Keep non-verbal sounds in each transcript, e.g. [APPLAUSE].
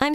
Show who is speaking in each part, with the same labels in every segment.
Speaker 1: I'm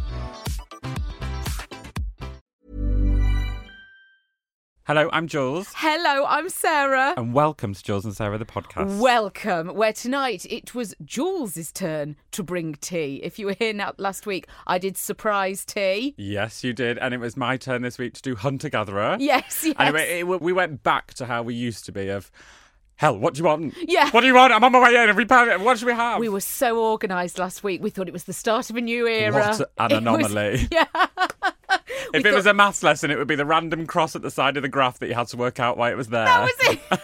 Speaker 2: Hello, I'm Jules,
Speaker 3: Hello, I'm Sarah.
Speaker 2: and welcome to Jules and Sarah the podcast.
Speaker 3: Welcome, where tonight it was Jules' turn to bring tea. If you were here now, last week, I did surprise tea.
Speaker 2: yes, you did, and it was my turn this week to do hunter gatherer.
Speaker 3: Yes, yes.
Speaker 2: Anyway, it, we went back to how we used to be. Of hell, what do you want?
Speaker 3: Yeah.
Speaker 2: What do you want? I'm on my way in. Have we planned it? What should we have?
Speaker 3: we were so organised last week. We thought it was the start of a new era.
Speaker 2: What an
Speaker 3: [LAUGHS] It was-
Speaker 2: anomaly.
Speaker 3: [LAUGHS] yeah. We
Speaker 2: if it was
Speaker 3: thought-
Speaker 2: a maths lesson, it would be the random cross at the side of the graph that you had to work out why it was there.
Speaker 3: That was it.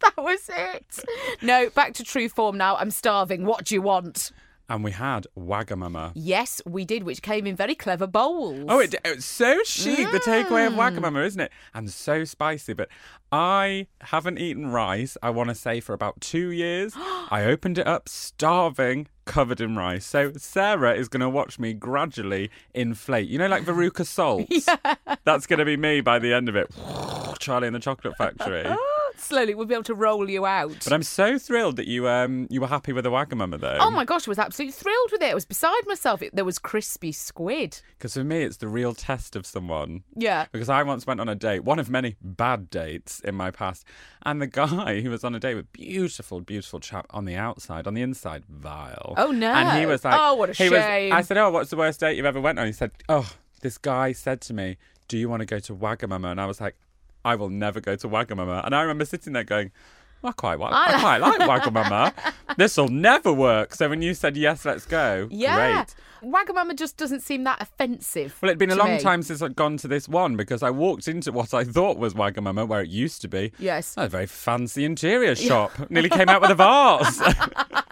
Speaker 3: that was it. No, back to true form now. I'm starving. What do you want?
Speaker 2: And we had Wagamama.
Speaker 3: Yes, we did, which came in very clever bowls.
Speaker 2: Oh, it, it's so chic, the takeaway
Speaker 3: Mm.
Speaker 2: of Wagamama, isn't it? And so spicy. But I haven't eaten rice, I want to say, for about two
Speaker 3: [GASPS]
Speaker 2: years. I opened it up starving, covered in rice. So Sarah is going to watch me gradually inflate. You know, like Veruca
Speaker 3: [LAUGHS]
Speaker 2: Salt? That's going to be me by the end of it. [LAUGHS] Charlie in the Chocolate
Speaker 3: [LAUGHS]
Speaker 2: Factory.
Speaker 3: [GASPS] Slowly, we'll be able to roll you out.
Speaker 2: But I'm so thrilled that you um you were happy with the Wagamama though.
Speaker 3: Oh my gosh, I was absolutely thrilled with it. I was beside myself. It, there was crispy squid.
Speaker 2: Because for me, it's the real test of someone.
Speaker 3: Yeah.
Speaker 2: Because I once went on a date, one of many bad dates in my past, and the guy who was on a date with beautiful, beautiful chap on the outside, on the inside, vile.
Speaker 3: Oh, no.
Speaker 2: And he was like,
Speaker 3: Oh, what a
Speaker 2: he was-
Speaker 3: shame.
Speaker 2: I said, oh, what's the worst date you've ever went on? He said, oh, this guy said to me, do you want to go to Wagamama? And I was like, I will never go to Wagamama. And I remember sitting there going. I quite, wa- I quite like
Speaker 3: [LAUGHS]
Speaker 2: Wagamama. This will never work. So when you said yes, let's go.
Speaker 3: Yeah.
Speaker 2: Great.
Speaker 3: Wagamama just doesn't seem that offensive.
Speaker 2: Well, it'd been a
Speaker 3: to
Speaker 2: long
Speaker 3: me.
Speaker 2: time since I'd gone to this one because I walked into what I thought was Wagamama, where it used to be.
Speaker 3: Yes.
Speaker 2: A very fancy interior shop. Nearly came out with a vase. [LAUGHS]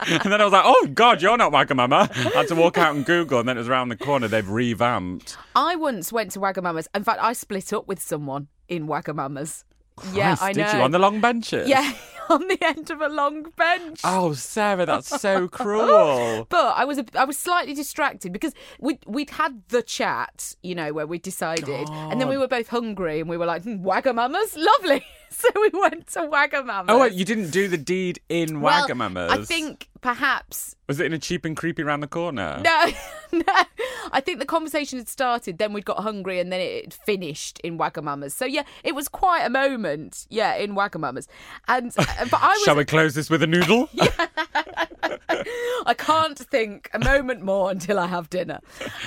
Speaker 2: and then I was like, oh, God, you're not Wagamama. I had to walk out and Google, and then it was around the corner. They've revamped.
Speaker 3: I once went to Wagamama's. In fact, I split up with someone in Wagamama's. yeah,
Speaker 2: Christ,
Speaker 3: I know.
Speaker 2: Did you on the long benches?
Speaker 3: [LAUGHS] yeah, on the end of a long bench.
Speaker 2: Oh, Sarah, that's so cruel.
Speaker 3: But I was a, I was slightly distracted because we we'd had the chat, you know, where we decided, and then we were both hungry, and we were like, hmm, Wagamama's lovely, [LAUGHS] so we went to Wagamama's.
Speaker 2: Oh, wait, you didn't do the deed in
Speaker 3: Well,
Speaker 2: Wagamama's.
Speaker 3: I think perhaps
Speaker 2: Was it in a cheap and creepy round the corner?
Speaker 3: [LAUGHS] no, no. I think the conversation had started, then we'd got hungry, and then it finished in Wagamama's. So yeah, it was quite a moment. Yeah, in Wagamama's, and
Speaker 2: [LAUGHS]
Speaker 3: uh, but I was
Speaker 2: Shall we close this with a
Speaker 3: [LAUGHS]
Speaker 2: noodle?
Speaker 3: I can't think a moment more until I have dinner.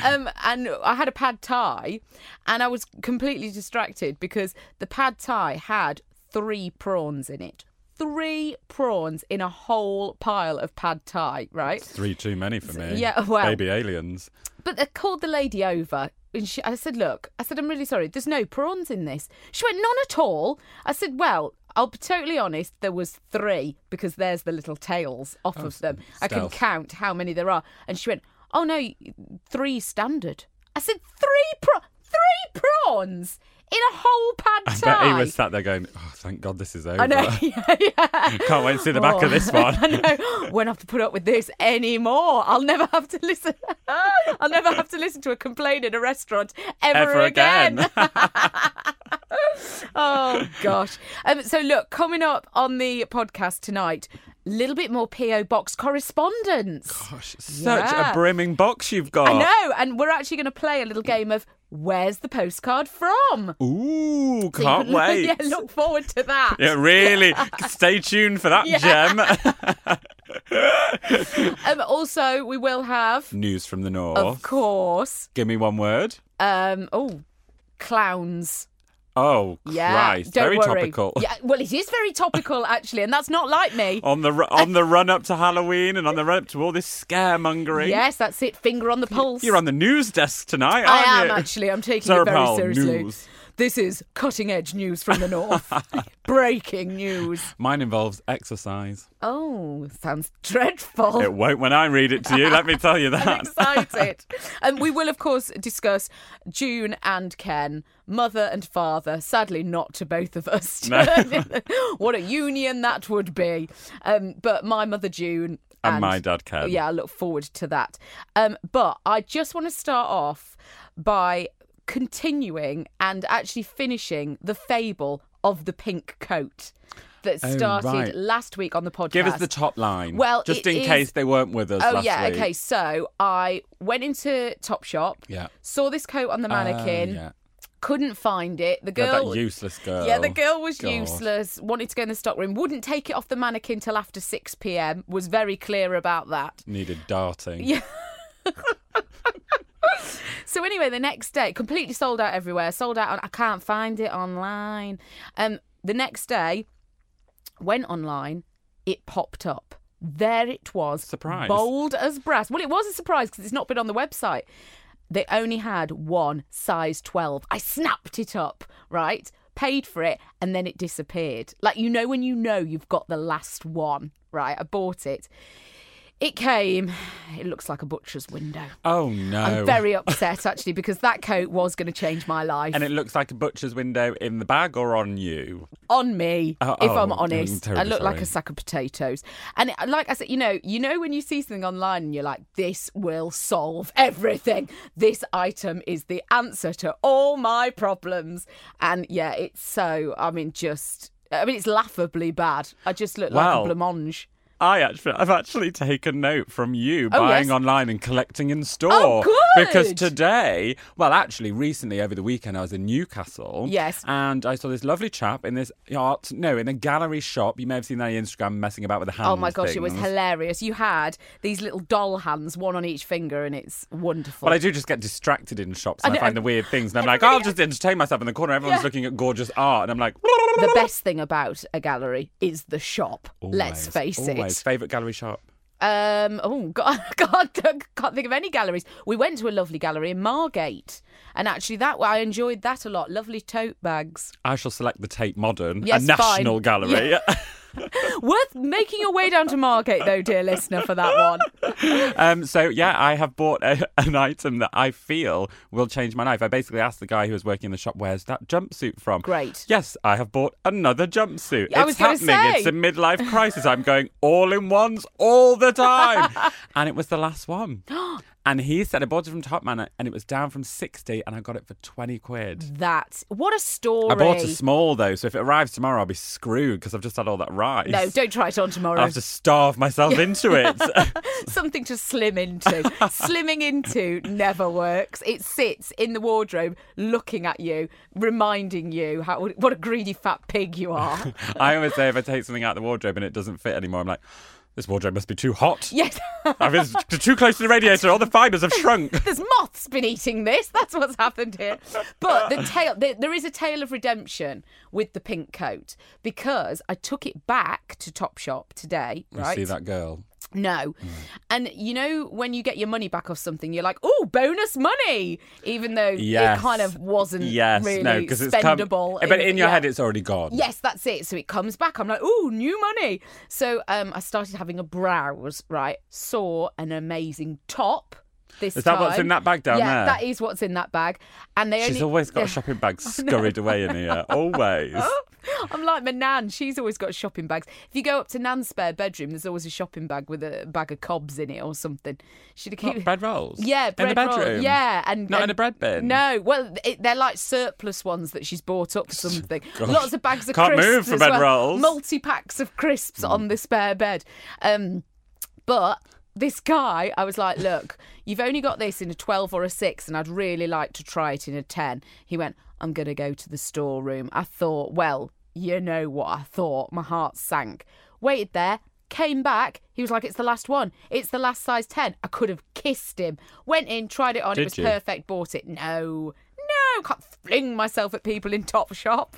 Speaker 3: Um, and I had a pad thai, and I was completely distracted because the pad thai had three prawns in it. Three prawns in a whole pile of pad thai, right?
Speaker 2: Three too many for me.
Speaker 3: yeah, well-
Speaker 2: Baby aliens.
Speaker 3: But they called the lady over. And she, I said, Look, I said, I'm really sorry. There's no prawns in this. She went, None at all. I said, Well, I'll be totally honest. There was three because there's the little tails off of them. I can
Speaker 2: Oh, stealth.
Speaker 3: count how many there are. And she went, Oh, no, three standard. I said, Three, pra- three prawns in a whole pad
Speaker 2: I
Speaker 3: thai.
Speaker 2: bet he was sat there going, oh, thank God this is over. [LAUGHS]
Speaker 3: I know. [LAUGHS] yeah, yeah.
Speaker 2: Can't wait to see the back of this one.
Speaker 3: [LAUGHS] I know. Won't have to put up with this anymore. I'll never have to listen. [LAUGHS] I'll never have to listen to a complaint in a restaurant ever,
Speaker 2: [LAUGHS] Ever again.
Speaker 3: [LAUGHS]
Speaker 2: [LAUGHS]
Speaker 3: oh gosh. Um, so look, coming up on the podcast tonight, a little bit more PO box correspondence.
Speaker 2: Gosh, such
Speaker 3: Yeah.
Speaker 2: a brimming box you've got.
Speaker 3: I know, and we're actually going to play a little game of where's the postcard from.
Speaker 2: Ooh, can't wait.
Speaker 3: [LAUGHS] yeah, look forward to that.
Speaker 2: Yeah,
Speaker 3: [LAUGHS]
Speaker 2: really. Stay tuned for that gem. [LAUGHS]
Speaker 3: Um, also, we will have,
Speaker 2: News from the north.
Speaker 3: of course,
Speaker 2: Give me one word.
Speaker 3: Um, oh, clowns.
Speaker 2: Oh,
Speaker 3: Yeah,
Speaker 2: Christ.
Speaker 3: don't
Speaker 2: Very
Speaker 3: worry.
Speaker 2: topical.
Speaker 3: Yeah, well, it is very topical actually, and that's not like me.
Speaker 2: [LAUGHS] On the ru- on the run up to Halloween and on the run up to all this scaremongering.
Speaker 3: Yes, that's it. Finger on the pulse.
Speaker 2: You're on the news desk tonight, aren't
Speaker 3: I am
Speaker 2: you?
Speaker 3: actually. I'm taking
Speaker 2: Sarah
Speaker 3: it very
Speaker 2: Powell,
Speaker 3: seriously.
Speaker 2: news.
Speaker 3: This is cutting edge news from
Speaker 2: [LAUGHS]
Speaker 3: the north. [LAUGHS] Breaking news.
Speaker 2: Mine involves exercise.
Speaker 3: Oh, sounds [LAUGHS] dreadful.
Speaker 2: It won't when I read it to you, let me tell
Speaker 3: [LAUGHS]
Speaker 2: you
Speaker 3: I'm
Speaker 2: that. [LAUGHS]
Speaker 3: excited. and we will, of course, discuss June and Ken, mother and father. Sadly, not to both of us. [LAUGHS] what a union that would be. Um, but my mother, June.
Speaker 2: And my dad, Ken.
Speaker 3: Yeah, I look forward to that. Um, but I just want to start off by continuing and actually finishing the fable of the pink coat that
Speaker 2: Oh,
Speaker 3: started
Speaker 2: right.
Speaker 3: last week on the podcast.
Speaker 2: Give us the top line.
Speaker 3: Well,
Speaker 2: just
Speaker 3: it
Speaker 2: in
Speaker 3: is-
Speaker 2: case they weren't with us
Speaker 3: Oh
Speaker 2: last
Speaker 3: yeah,
Speaker 2: week.
Speaker 3: okay. So I went into Topshop.
Speaker 2: Yeah.
Speaker 3: Saw this coat on the
Speaker 2: Oh,
Speaker 3: mannequin.
Speaker 2: yeah.
Speaker 3: Couldn't find it. The
Speaker 2: God,
Speaker 3: girl.
Speaker 2: that useless girl.
Speaker 3: Yeah, the girl was
Speaker 2: God.
Speaker 3: useless. Wanted to go in the stockroom. Wouldn't take it off the mannequin till after six p.m. Was very clear about that.
Speaker 2: Needed darting.
Speaker 3: Yeah. So anyway, the next day, completely sold out everywhere. Sold out. On, I can't find it online. Um, the next day, went online. It popped up. There it was.
Speaker 2: Surprise.
Speaker 3: Bold as brass. Well, it was a surprise because it's not been on the website. They only had one size 12. I snapped it up, right? Paid for it, and then it disappeared. Like, you know, when you know you've got the last one, right? I bought it. It came, it looks like a butcher's window.
Speaker 2: Oh no.
Speaker 3: I'm very upset actually because that coat was going to change my life
Speaker 2: And it looks like a butcher's window in the bag or on you.
Speaker 3: on me.
Speaker 2: Oh,
Speaker 3: if
Speaker 2: oh,
Speaker 3: I'm
Speaker 2: I'm
Speaker 3: honest, I
Speaker 2: terribly
Speaker 3: look like
Speaker 2: sorry.
Speaker 3: a sack of potatoes. And it, like I said, you know, you know when you see something online and you're like, this will solve everything. This item is the answer to all my problems. And yeah, it's so. I mean, just. I mean, it's laughably bad. I just look
Speaker 2: Well,
Speaker 3: like a blancmange.
Speaker 2: I actually, I've actually taken note from you
Speaker 3: Oh,
Speaker 2: buying
Speaker 3: yes.
Speaker 2: online and collecting in store.
Speaker 3: Oh, good.
Speaker 2: Because today, well, actually, recently over the weekend, I was in Newcastle.
Speaker 3: Yes.
Speaker 2: And I saw this lovely chap in this art, no, in a gallery shop. You may have seen that on Instagram, messing about with the hands.
Speaker 3: Oh my gosh, it was
Speaker 2: things.
Speaker 3: hilarious. You had these little doll hands, one on each finger, and it's wonderful.
Speaker 2: But I do just get distracted in shops and
Speaker 3: I
Speaker 2: I,
Speaker 3: know,
Speaker 2: find
Speaker 3: and
Speaker 2: the weird things. And I'm like,
Speaker 3: everybody
Speaker 2: I'll just entertain myself in the corner. Everyone's
Speaker 3: Yeah.
Speaker 2: looking at gorgeous art. And I'm like, [LAUGHS]
Speaker 3: the best thing about a gallery is the shop. Let's face
Speaker 2: always.
Speaker 3: it.
Speaker 2: Favourite gallery shop?
Speaker 3: Um, oh [LAUGHS] God, God, can't think of any galleries. We went to a lovely gallery in Margate, and actually that I enjoyed that a lot. Lovely tote bags,
Speaker 2: I shall select the Tate Modern,
Speaker 3: Yes,
Speaker 2: a
Speaker 3: fine.
Speaker 2: national gallery. [LAUGHS]
Speaker 3: worth making your way down to Margate though, dear listener, for that one.
Speaker 2: Um, so yeah, I have bought a, [LAUGHS] an item that I feel will change my life. I basically asked the guy who was working in the shop, "Where's that jumpsuit from?"
Speaker 3: Great.
Speaker 2: Yes, I have bought another jumpsuit.
Speaker 3: I
Speaker 2: it's
Speaker 3: was gonna
Speaker 2: happening.
Speaker 3: say.
Speaker 2: It's a midlife crisis. I'm going all in ones all the
Speaker 3: [LAUGHS]
Speaker 2: time, and it was the last
Speaker 3: [GASPS]
Speaker 2: one. And he said I bought it from Top Manor, and it was down from sixty, and I got it for twenty quid.
Speaker 3: That what a story.
Speaker 2: I bought a small though, so if it arrives tomorrow, I'll be screwed because I've just had all that rice.
Speaker 3: no, don't try it on
Speaker 2: I
Speaker 3: tomorrow.
Speaker 2: have to starve myself into
Speaker 3: [LAUGHS]
Speaker 2: it.
Speaker 3: Something to slim
Speaker 2: [LAUGHS]
Speaker 3: into. Slimming into never works. It sits in the wardrobe, looking at you, reminding you how what a greedy fat pig
Speaker 2: [LAUGHS]
Speaker 3: you are.
Speaker 2: I always say if I take something out of the wardrobe and it doesn't fit anymore, I'm like, this wardrobe must be too hot.
Speaker 3: yes. [LAUGHS]
Speaker 2: I was too close to the radiator. All the fibres have shrunk.
Speaker 3: there's moths been eating this. That's what's happened here. But the tale, there, there is a tale of redemption with the pink coat because I took it back to Topshop today. Right? Mm.
Speaker 2: You see that girl?
Speaker 3: No, and you know when you get your money back off something, you're like, oh, bonus money, even though
Speaker 2: Yes.
Speaker 3: it kind of wasn't
Speaker 2: Yes.
Speaker 3: really
Speaker 2: no, because it's come-
Speaker 3: spendable.
Speaker 2: But in your
Speaker 3: yeah.
Speaker 2: head, it's already gone.
Speaker 3: Yes, that's it. So it comes back. I'm like, oh, new money. So um, I started having a browse. Right, saw an amazing top. This
Speaker 2: Is that what's
Speaker 3: time.
Speaker 2: in that bag down
Speaker 3: yeah,
Speaker 2: there?
Speaker 3: that is what's in that bag. And they
Speaker 2: She's
Speaker 3: only.
Speaker 2: always got a shopping bag scurried away in here. Always.
Speaker 3: [LAUGHS] Oh. I'm like my nan. She's always got shopping bags. If you go up to Nan's spare bedroom, there's always a shopping bag with a bag of cobs in it or something. Should I keep
Speaker 2: What, bread rolls.
Speaker 3: Yeah, bread
Speaker 2: in the
Speaker 3: roll.
Speaker 2: bedroom.
Speaker 3: Yeah, and
Speaker 2: not
Speaker 3: and-
Speaker 2: in a bread bin.
Speaker 3: No, well, it, they're like surplus ones that she's bought up for
Speaker 2: [LAUGHS]
Speaker 3: something. Lots of bags of
Speaker 2: Can't
Speaker 3: crisps.
Speaker 2: move for
Speaker 3: as
Speaker 2: bread
Speaker 3: well.
Speaker 2: rolls. Mm.
Speaker 3: Multi packs of crisps on the spare bed. Um, but this guy, I was like, look, you've only got this in a 12 or a 6, and I'd really like to try it in a 10. He went, I'm going to go to the storeroom. I thought, well, you know what I thought. My heart sank. Waited there, Came back. He was like, "It's the last one. It's the last size 10. I could have kissed him. Went in, tried it on.
Speaker 2: Did
Speaker 3: it was
Speaker 2: you?
Speaker 3: perfect. Bought it. No, no, can't fling myself at people in Top Shop.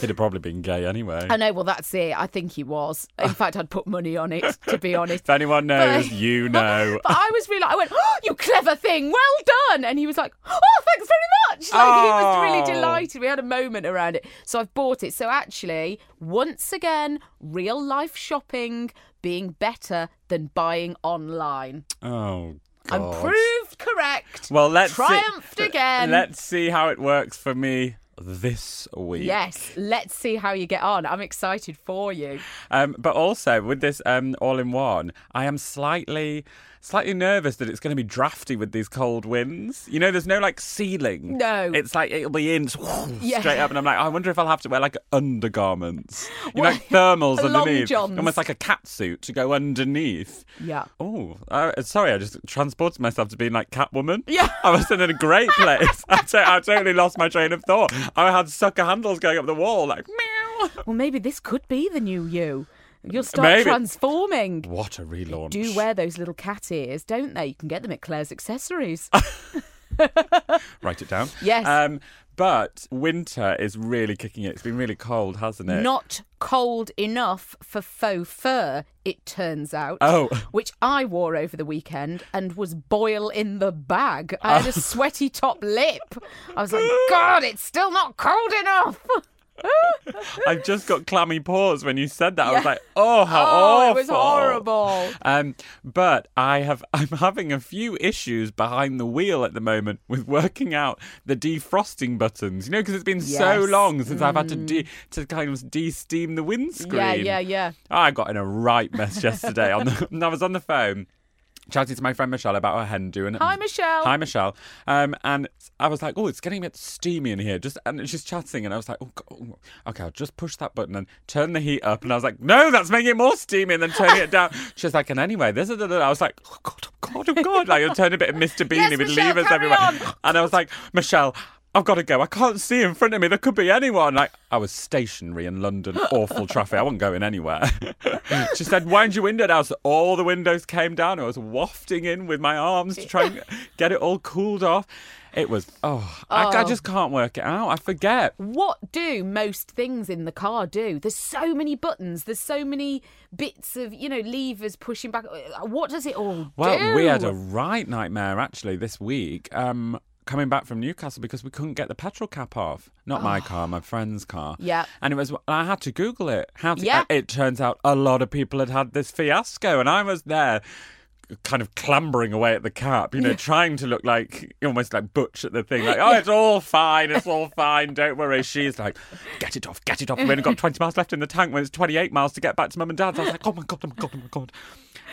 Speaker 2: He'd have probably been gay anyway.
Speaker 3: [LAUGHS] I know. Well, that's it. I think he was. In fact, I'd put money on it. To be honest,
Speaker 2: If anyone knows,
Speaker 3: But- [LAUGHS]
Speaker 2: you know.
Speaker 3: But I was really, I went, oh, you clever thing, well done. And he was like, oh, thanks very much. Like, he was
Speaker 2: Oh.
Speaker 3: really delighted. We had a moment around it. So I've bought it. So actually, once again, real life shopping being better than buying online.
Speaker 2: Oh, God.
Speaker 3: I'm proved correct.
Speaker 2: Well, let's
Speaker 3: Triumphed
Speaker 2: see.
Speaker 3: again.
Speaker 2: Let's see how it works for me this week.
Speaker 3: Yes, let's see how you get on. I'm excited for you.
Speaker 2: Um, but also with this um, all-in-one, I am slightly, slightly nervous that it's going to be drafty with these cold winds. You know, there's no like ceiling.
Speaker 3: No.
Speaker 2: It's like it'll be in [LAUGHS]
Speaker 3: Yeah.
Speaker 2: straight up, and I'm like, I wonder if I'll have to wear like
Speaker 3: [LAUGHS]
Speaker 2: undergarments, you know,
Speaker 3: Well, [LAUGHS]
Speaker 2: like thermals
Speaker 3: a long
Speaker 2: underneath,
Speaker 3: johns.
Speaker 2: almost like a cat suit to go underneath.
Speaker 3: Yeah.
Speaker 2: Oh, uh, sorry, I just transported myself to being like Catwoman.
Speaker 3: Yeah.
Speaker 2: [LAUGHS] I was in a great place. [LAUGHS] I, to- I totally lost my train of thought. I had sucker handles going up the wall, like meow.
Speaker 3: Well, maybe this could be the new you. You'll start
Speaker 2: Maybe.
Speaker 3: transforming.
Speaker 2: What a relaunch.
Speaker 3: do wear those little cat ears, don't they? You can get them at Claire's
Speaker 2: [LAUGHS]
Speaker 3: accessories.
Speaker 2: Write it down.
Speaker 3: Yes.
Speaker 2: Um, but winter is really kicking it. It's been really cold, hasn't it?
Speaker 3: Not cold enough for faux fur, it turns out.
Speaker 2: Oh.
Speaker 3: Which I wore over the weekend and was boil in the bag. I had a
Speaker 2: Oh. [LAUGHS]
Speaker 3: sweaty top lip. I was like, God, it's still not cold
Speaker 2: [LAUGHS]
Speaker 3: enough.
Speaker 2: I've just got clammy paws when you said that. I was
Speaker 3: Yeah.
Speaker 2: like, oh, how
Speaker 3: oh,
Speaker 2: awful.
Speaker 3: it was horrible.
Speaker 2: Um, but I have [LAUGHS] I'm having a few issues behind the wheel at the moment with working out the defrosting buttons. You know, because it's been so
Speaker 3: Yes. Mm.
Speaker 2: long since I've had to de- to kind of de-steam the windscreen.
Speaker 3: Yeah, yeah, yeah.
Speaker 2: [LAUGHS] I got in a right mess yesterday. on the, [LAUGHS] and I was on the phone. Chatting to my friend Michelle about her hen do and
Speaker 3: Hi, Michelle.
Speaker 2: Hi Michelle. Um, and I was like, oh, it's getting a bit steamy in here. Just and she's chatting, and I was like, oh, God. okay, I'll just push that button and turn the heat up. And I was like, no, that's making it more steamy. And then turning it
Speaker 3: [LAUGHS]
Speaker 2: down. She's like, and anyway, this is. the- I was like, oh God, oh God, oh God. Like I turned a bit of
Speaker 3: [LAUGHS]
Speaker 2: Mr. Bean
Speaker 3: Yes,
Speaker 2: he would
Speaker 3: Michelle,
Speaker 2: leave us
Speaker 3: carry
Speaker 2: everywhere.
Speaker 3: on.
Speaker 2: And I was like, Michelle, I've got to go. I can't see in front of me. There could be anyone. Like, I was stationary in London, awful traffic. I wasn't going anywhere. [LAUGHS] she said, Wind your window down. So all the windows came down. I was wafting in with my arms to try
Speaker 3: [LAUGHS]
Speaker 2: and get it all cooled off. It was, oh, I, I just can't work it out. I forget.
Speaker 3: What do most things in the car do? There's so many buttons, there's so many bits of, you know, levers pushing back. Uh, What does it all
Speaker 2: Well,
Speaker 3: do?
Speaker 2: we had a right nightmare actually this week. Um, coming back from Newcastle because we couldn't get the petrol cap off. Not my car, my friend's car.
Speaker 3: Yeah.
Speaker 2: And it was. I had to Google it. How? To,
Speaker 3: Yeah.
Speaker 2: It turns out a lot of people had had this fiasco, and I was there. Kind of clambering away at the cap, you know, trying to look like almost like butch at the thing, like, oh, it's all fine, it's all fine, don't worry. She's like, get it off, get it off. We've only got 20 miles left in the tank when it's 28 miles to get back to mum and dad's. I was like, oh my God, oh my God, oh my God.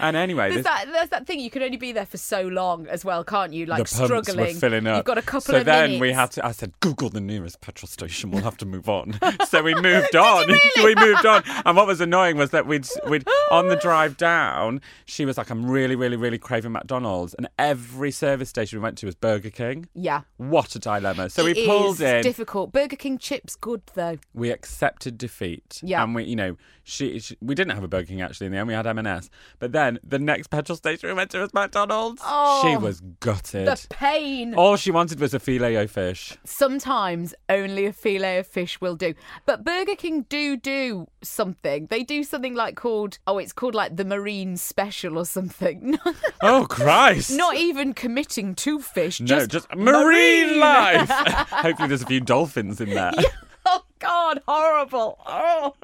Speaker 2: And anyway, this,
Speaker 3: There's that, there's that thing you can only be there for so long as well, can't you? Like
Speaker 2: the pumps
Speaker 3: struggling,
Speaker 2: were filling up.
Speaker 3: You've got a couple
Speaker 2: so
Speaker 3: of
Speaker 2: then we
Speaker 3: minutes.
Speaker 2: had to. I said, Google the nearest petrol station. We'll have to move
Speaker 3: [LAUGHS]
Speaker 2: on. so we moved on. [LAUGHS] we moved on. And what was annoying was that we'd we'd on the drive down. She was like, I'm really, really, really craving McDonald's, and every service station we went to was Burger King.
Speaker 3: Yeah.
Speaker 2: What a dilemma. So
Speaker 3: It
Speaker 2: we pulled
Speaker 3: is
Speaker 2: in.
Speaker 3: Difficult. Burger King chips, good though.
Speaker 2: we accepted defeat.
Speaker 3: Yeah.
Speaker 2: And we, you know, she, she we didn't have a Burger King actually in the end. We had M&S. But then the next petrol station we went to was McDonald's.
Speaker 3: Oh.
Speaker 2: she was gutted.
Speaker 3: The pain.
Speaker 2: [LAUGHS] All she wanted was a filet o fish.
Speaker 3: Sometimes only a fillet of fish will do. But Burger King do do something. They do something like called oh, it's called like the Marine Special or something. [LAUGHS]
Speaker 2: Oh Christ! [LAUGHS]
Speaker 3: Not even committing to fish.
Speaker 2: no,
Speaker 3: just,
Speaker 2: just, marine, life. Hopefully, there's a few dolphins in there.
Speaker 3: [LAUGHS] Oh God, horrible. Oh.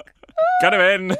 Speaker 2: Get 'em in.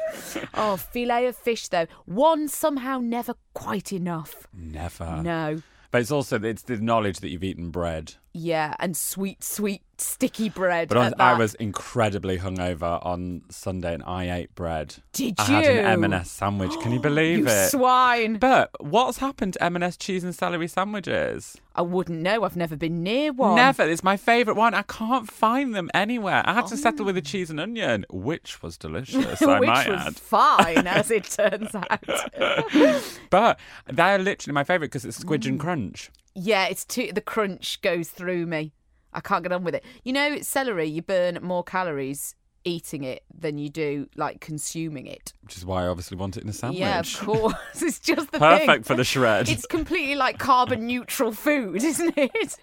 Speaker 3: Oh, fillet of fish though. One somehow never quite enough.
Speaker 2: Never.
Speaker 3: No.
Speaker 2: But it's also it's the knowledge that you've eaten bread.
Speaker 3: Yeah, and sweet, sweet sticky bread.
Speaker 2: But on,
Speaker 3: at
Speaker 2: I
Speaker 3: that.
Speaker 2: was incredibly hungover on Sunday, and I ate bread.
Speaker 3: Did
Speaker 2: I had an
Speaker 3: you?
Speaker 2: M&S sandwich. Can you believe
Speaker 3: [GASPS] you
Speaker 2: it?
Speaker 3: swine.
Speaker 2: but what's happened to M&S cheese and celery sandwiches?
Speaker 3: I wouldn't know. I've never been near one. [LAUGHS]
Speaker 2: Never. It's my favourite one. I can't find them anywhere. I had to settle with a cheese and onion, which
Speaker 3: [LAUGHS]
Speaker 2: was delicious. I
Speaker 3: Oh, Which
Speaker 2: might
Speaker 3: was
Speaker 2: add. [LAUGHS]
Speaker 3: fine, as it turns out.
Speaker 2: But they're literally my favourite because it's squidge
Speaker 3: Mm.
Speaker 2: and crunch.
Speaker 3: yeah, it's too. The crunch goes through me. I can't get on with it. You know, celery. You burn more calories eating it than you do like consuming it.
Speaker 2: Which is why I obviously want it in a sandwich.
Speaker 3: Yeah, of course. [LAUGHS] It's just the
Speaker 2: Perfect
Speaker 3: thing.
Speaker 2: for the shred.
Speaker 3: It's completely like carbon neutral food, [LAUGHS] isn't it?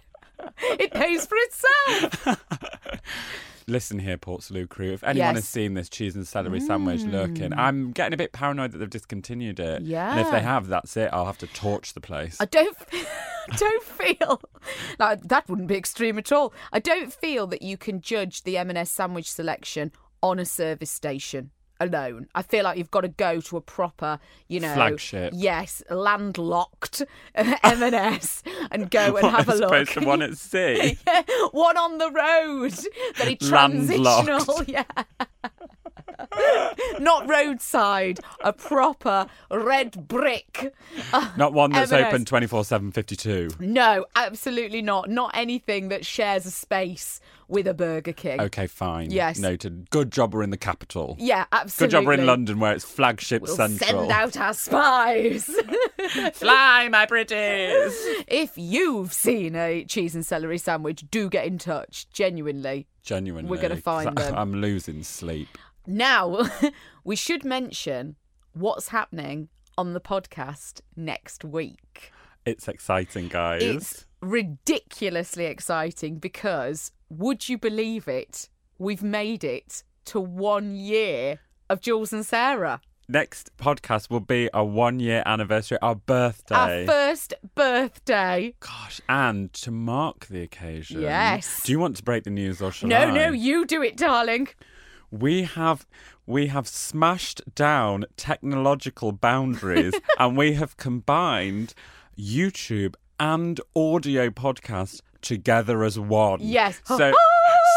Speaker 3: It pays for itself.
Speaker 2: Listen here, Portsaloo crew. If anyone has
Speaker 3: Yes. Mm.
Speaker 2: seen this cheese and celery sandwich lurking, I'm getting a bit paranoid that they've discontinued it. And if
Speaker 3: Yeah.
Speaker 2: they have, that's it. I'll have to torch the place.
Speaker 3: I don't, [LAUGHS] I don't feel like that wouldn't be extreme at all. I don't feel that you can judge the M&S sandwich selection on a service station alone. I feel like you've got to go to a proper, you know,
Speaker 2: Flagship.
Speaker 3: Yes, [LAUGHS] landlocked uh, M&S and go
Speaker 2: [LAUGHS] What,
Speaker 3: and have a
Speaker 2: as
Speaker 3: look.
Speaker 2: opposed to one
Speaker 3: [LAUGHS]
Speaker 2: at sea.
Speaker 3: Yeah, one on the road. [LAUGHS] Very
Speaker 2: Landlocked.
Speaker 3: transitional. [LAUGHS] Yeah. Not roadside, a proper red brick.
Speaker 2: Not one that's
Speaker 3: M&S.
Speaker 2: open 24 7 52.
Speaker 3: No, absolutely not. Not anything that shares a space with a Burger King.
Speaker 2: Okay, fine.
Speaker 3: Yes.
Speaker 2: Noted. Good job we're in the capital.
Speaker 3: Yeah,
Speaker 2: Good
Speaker 3: absolutely.
Speaker 2: job we're in London where it's flagship
Speaker 3: We'll
Speaker 2: central.
Speaker 3: send out our spies. [LAUGHS]
Speaker 2: Fly, my pretties!
Speaker 3: if you've seen a cheese and celery sandwich, do get in touch. Genuinely.
Speaker 2: Genuinely.
Speaker 3: We're gonna
Speaker 2: [LAUGHS] 'cause
Speaker 3: find
Speaker 2: I-
Speaker 3: them.
Speaker 2: I'm losing sleep.
Speaker 3: Now, [LAUGHS] we should mention what's happening on the podcast next week.
Speaker 2: It's exciting, guys.
Speaker 3: It's ridiculously exciting because would you believe it? We've made it to one year of Jules and Sarah.
Speaker 2: Next podcast will be a one year anniversary, our birthday.
Speaker 3: Our first birthday.
Speaker 2: Gosh, and to mark the occasion.
Speaker 3: Yes.
Speaker 2: Do you want to break the news or shall I?
Speaker 3: No, no, you do it, darling.
Speaker 2: We have we have smashed down technological
Speaker 3: [LAUGHS]
Speaker 2: boundaries and we have combined YouTube and audio podcast together as one.
Speaker 3: Yes. [LAUGHS]
Speaker 2: So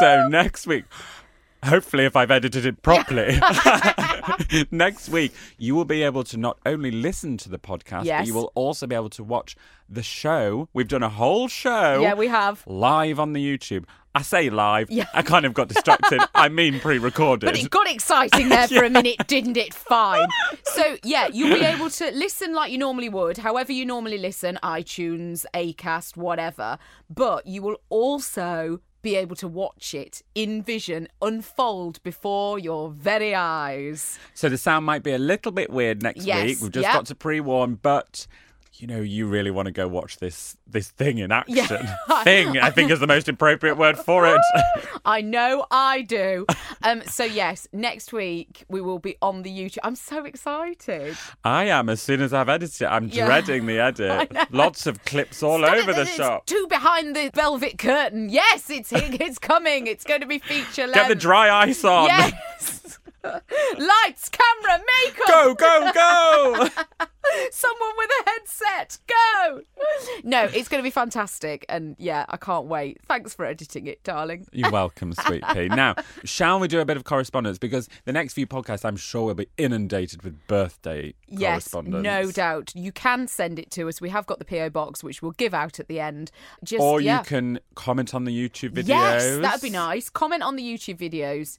Speaker 2: so next week Hopefully, if I've edited it properly, [LAUGHS] next week you will be able to not only listen to the podcast, but
Speaker 3: Yes.
Speaker 2: you will also be able to watch the show. We've done a whole show
Speaker 3: Yeah, we have.
Speaker 2: live on the YouTube. I say live.
Speaker 3: Yeah.
Speaker 2: I kind of got
Speaker 3: [LAUGHS]
Speaker 2: distracted. I mean pre-recorded.
Speaker 3: But it got exciting
Speaker 2: [LAUGHS]
Speaker 3: there for a minute, didn't it? Fine. So, yeah, you'll be able to listen like you normally would, however you normally listen iTunes, Acast, whatever. But you will also be able to watch it in vision unfold before your very eyes.
Speaker 2: so the sound might be a little bit weird next
Speaker 3: Yes,
Speaker 2: week. We've just
Speaker 3: yep.
Speaker 2: got to pre-warn, but you know, you really want to go watch this this thing in action.
Speaker 3: [LAUGHS]
Speaker 2: thing, I think is the most appropriate word for it. [LAUGHS]
Speaker 3: I know I do. Um, so, yes, next week we will be on the YouTube. I'm so excited.
Speaker 2: I am as soon as I've edited it. I'm
Speaker 3: Yeah.
Speaker 2: dreading
Speaker 3: [LAUGHS]
Speaker 2: the edit. Lots of clips all
Speaker 3: Stop it,
Speaker 2: over the
Speaker 3: there's
Speaker 2: shop.
Speaker 3: Two behind the velvet curtain. Yes, it's it's coming. It's going to be feature length.
Speaker 2: Get the dry ice on.
Speaker 3: Yes. [LAUGHS] Lights, camera,
Speaker 2: [LAUGHS]
Speaker 3: makeup.
Speaker 2: Go, go,
Speaker 3: [LAUGHS]
Speaker 2: go!
Speaker 3: Someone with a headset. Go. No, it's going to be fantastic, and yeah, I can't wait. Thanks for editing it, darling.
Speaker 2: You're welcome, sweet
Speaker 3: [LAUGHS]
Speaker 2: pea. Now, shall we do a bit of correspondence? Because the next few podcasts, I'm sure, will be inundated with birthday
Speaker 3: Yes,
Speaker 2: correspondence.
Speaker 3: no doubt. You can send it to us. We have got the PO box, which we'll give out at the end. Just
Speaker 2: Or
Speaker 3: yeah.
Speaker 2: you can comment on the YouTube videos.
Speaker 3: Yes, that'd be nice. Comment on the YouTube videos,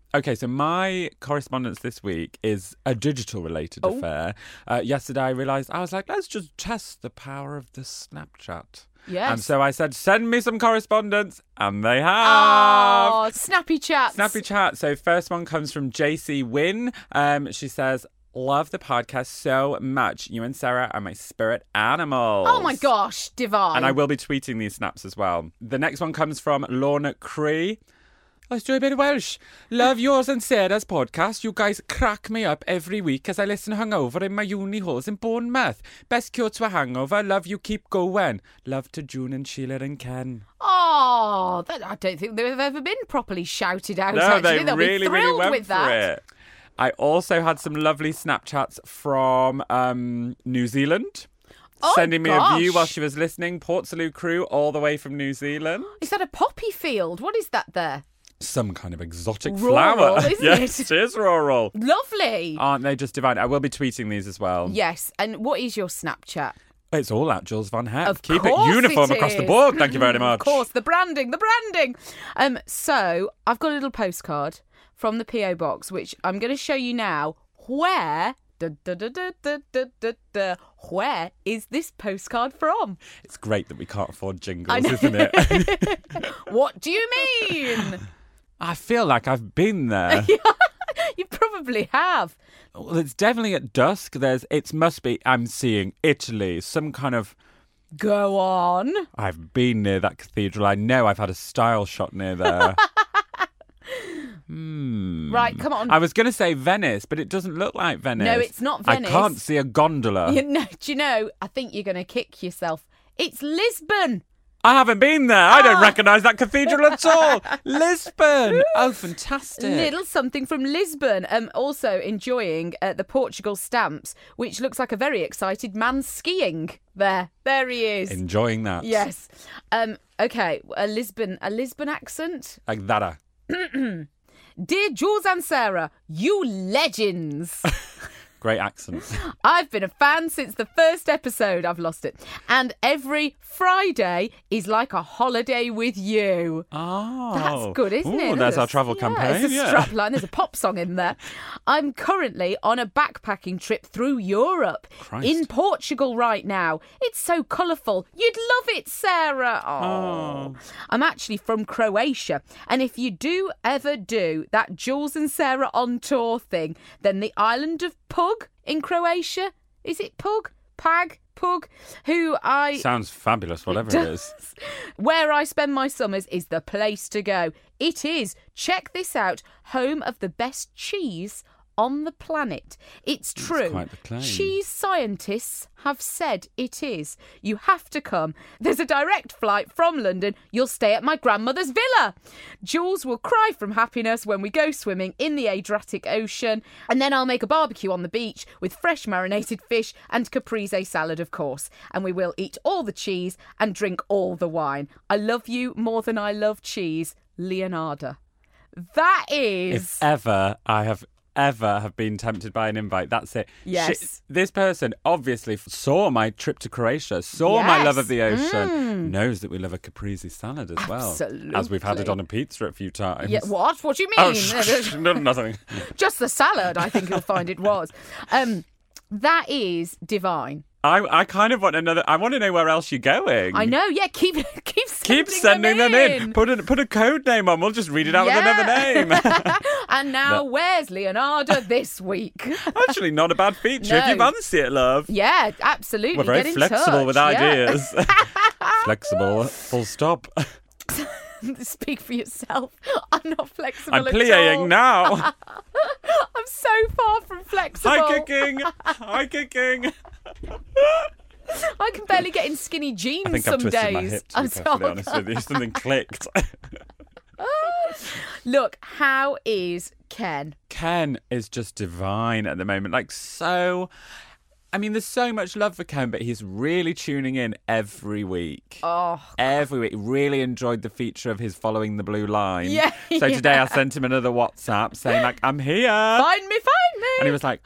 Speaker 2: Okay, so my correspondence this week is a digital related
Speaker 3: Oh.
Speaker 2: affair. Uh, yesterday, I realised I was like, let's just test the power of the Snapchat.
Speaker 3: Yes.
Speaker 2: And so I said, send me some correspondence, and they have.
Speaker 3: Oh, snappy chats.
Speaker 2: Snappy chat. So first one comes from JC Wynn. Um, she says, "Love the podcast so much. You and Sarah are my spirit animals."
Speaker 3: Oh my gosh, divine.
Speaker 2: And I will be tweeting these snaps as well. The next one comes from Lorna Cree. Let's do a bit of Welsh. Love yours and Sarah's podcast. You guys crack me up every week as I listen hungover in my uni halls in Bournemouth. Best cure to a hangover. Love you. Keep going. Love to June and Sheila and Ken.
Speaker 3: Oh, that, I don't think they've ever been properly shouted out.
Speaker 2: No, they
Speaker 3: actually, will
Speaker 2: really,
Speaker 3: be thrilled
Speaker 2: really went
Speaker 3: with
Speaker 2: for
Speaker 3: that.
Speaker 2: it. I also had some lovely Snapchats from um, New Zealand.
Speaker 3: Oh,
Speaker 2: sending me a view
Speaker 3: gosh.
Speaker 2: while she was listening. Port Salut crew all the way from New Zealand.
Speaker 3: Is that a poppy field? What is that there?
Speaker 2: Some kind of exotic
Speaker 3: Rural,
Speaker 2: flower. [LAUGHS]
Speaker 3: isn't
Speaker 2: yes,
Speaker 3: it?
Speaker 2: it is
Speaker 3: [LAUGHS]
Speaker 2: rural.
Speaker 3: Lovely.
Speaker 2: Aren't they just divine? I will be tweeting these as well.
Speaker 3: yes. And what is your Snapchat?
Speaker 2: It's all out Jules Van Heck.
Speaker 3: Of
Speaker 2: Uh, Keep
Speaker 3: course
Speaker 2: it uniform
Speaker 3: it
Speaker 2: across the
Speaker 3: is.
Speaker 2: board. Thank you very much.
Speaker 3: [LAUGHS] Of course, the branding, the branding. Um, so I've got a little postcard from the PO box, which I'm going to show you now. Where, da, da, da, da, da, da, da, da, where is this postcard from?
Speaker 2: It's great that we can't afford
Speaker 3: I
Speaker 2: jingles,
Speaker 3: know.
Speaker 2: isn't
Speaker 3: [LAUGHS]
Speaker 2: it?
Speaker 3: What do you mean?
Speaker 2: I feel like I've been there.
Speaker 3: you probably have.
Speaker 2: Well, it's definitely at dusk. There's it must be. I'm seeing Italy. Some kind of.
Speaker 3: Go on.
Speaker 2: I've been near that cathedral. I know. I've had a style shot near
Speaker 3: [LAUGHS]
Speaker 2: there. hmm.
Speaker 3: Right, come on.
Speaker 2: I was going to say Venice, but it doesn't look like Venice.
Speaker 3: it's not Venice.
Speaker 2: I can't see a gondola.
Speaker 3: [LAUGHS] You know, do you know? I think you're going to kick yourself. It's Lisbon.
Speaker 2: I haven't been there. I
Speaker 3: Ah!
Speaker 2: don't recognise that cathedral at
Speaker 3: [LAUGHS]
Speaker 2: all. Lisbon. Oh, fantastic.
Speaker 3: Little something from Lisbon. Um, also enjoying uh, the Portugal stamps, which looks like a very excited man skiing. There, there he is.
Speaker 2: Enjoying that.
Speaker 3: yes. Um, okay, a Lisbon, a Lisbon accent.
Speaker 2: Like that.
Speaker 3: Dear Jules and Sarah, you legends.
Speaker 2: Great
Speaker 3: [LAUGHS]
Speaker 2: accent.
Speaker 3: I've been a fan since the first episode. I've lost it. And every Friday is like a holiday with you.
Speaker 2: Oh.
Speaker 3: That's good, isn't
Speaker 2: Ooh,
Speaker 3: it?
Speaker 2: There's
Speaker 3: a-
Speaker 2: our travel
Speaker 3: yeah,
Speaker 2: campaign.
Speaker 3: It's a
Speaker 2: yeah.
Speaker 3: strap line. There's a pop song in there. I'm currently on a backpacking trip through Europe
Speaker 2: Christ.
Speaker 3: in Portugal right now. It's so colourful. You'd love it, Sarah. Oh. I'm actually from Croatia. And if you do ever do that Jules and Sarah on tour thing, then the island of Pug in Croatia, is it Pug? Pag? Pug? Who I
Speaker 2: Sounds fabulous, whatever it is.
Speaker 3: where I spend my summers is the place to go. It is, check this out, home of the best cheese on the planet. It's true.
Speaker 2: quite the claim.
Speaker 3: Cheese scientists have said it is. You have to come. There's a direct flight from London. You'll stay at my grandmother's villa. Jules will cry from happiness when we go swimming in the Adriatic Ocean. And then I'll make a barbecue on the beach with fresh marinated fish and caprese salad, of course. And we will eat all the cheese and drink all the wine. I love you more than I love cheese, Leonarda. That is.
Speaker 2: if ever I have ever have been tempted by an invite, that's it. She-
Speaker 3: Yes.
Speaker 2: this person obviously f- saw my trip to Croatia, saw my love of the
Speaker 3: Yes. Mm.
Speaker 2: ocean, knows that we love a caprese salad as well. As we've had it
Speaker 3: Absolutely.
Speaker 2: on a pizza a few times.
Speaker 3: Yeah, what? What do you mean?
Speaker 2: Oh, [LAUGHS] sh- no, nothing.
Speaker 3: just the salad i think you'll find it was um that is divine
Speaker 2: I, I kind of want another. I want to know where else you're going.
Speaker 3: i know yeah keep [LAUGHS] keep sending
Speaker 2: Mm. Keep sending them in. Put a put a code name on. We'll just read it out
Speaker 3: Yeah.
Speaker 2: with another
Speaker 3: [LAUGHS]
Speaker 2: name. [LAUGHS]
Speaker 3: and now where's leonardo this week
Speaker 2: Actually, not a bad feature if
Speaker 3: No.
Speaker 2: you fancy it, love.
Speaker 3: yeah absolutely
Speaker 2: We're very
Speaker 3: Get in
Speaker 2: flexible
Speaker 3: touch.
Speaker 2: with
Speaker 3: Yeah. [LAUGHS]
Speaker 2: ideas. flexible, full stop.
Speaker 3: speak for yourself [LAUGHS] i'm not flexible
Speaker 2: I'm
Speaker 3: at all.
Speaker 2: pleating
Speaker 3: [LAUGHS]
Speaker 2: now.
Speaker 3: i'm so far from flexible
Speaker 2: High kicking. High
Speaker 3: [LAUGHS]
Speaker 2: kicking.
Speaker 3: I can barely get in skinny jeans
Speaker 2: I think
Speaker 3: some
Speaker 2: I've twisted
Speaker 3: days
Speaker 2: my hip, to
Speaker 3: I'm
Speaker 2: be perfectly
Speaker 3: sorry. [LAUGHS]
Speaker 2: honest with you. Something clicked.
Speaker 3: look how is ken
Speaker 2: Ken is just divine at the moment. Like, so. I mean, there's so much love for Ken, but he's really tuning in every week.
Speaker 3: oh
Speaker 2: Every week, really enjoyed the feature of his following the blue line.
Speaker 3: [LAUGHS] Yeah,
Speaker 2: So today
Speaker 3: yeah.
Speaker 2: I sent him another WhatsApp saying like, "I'm here,"
Speaker 3: find me find me
Speaker 2: and he was like,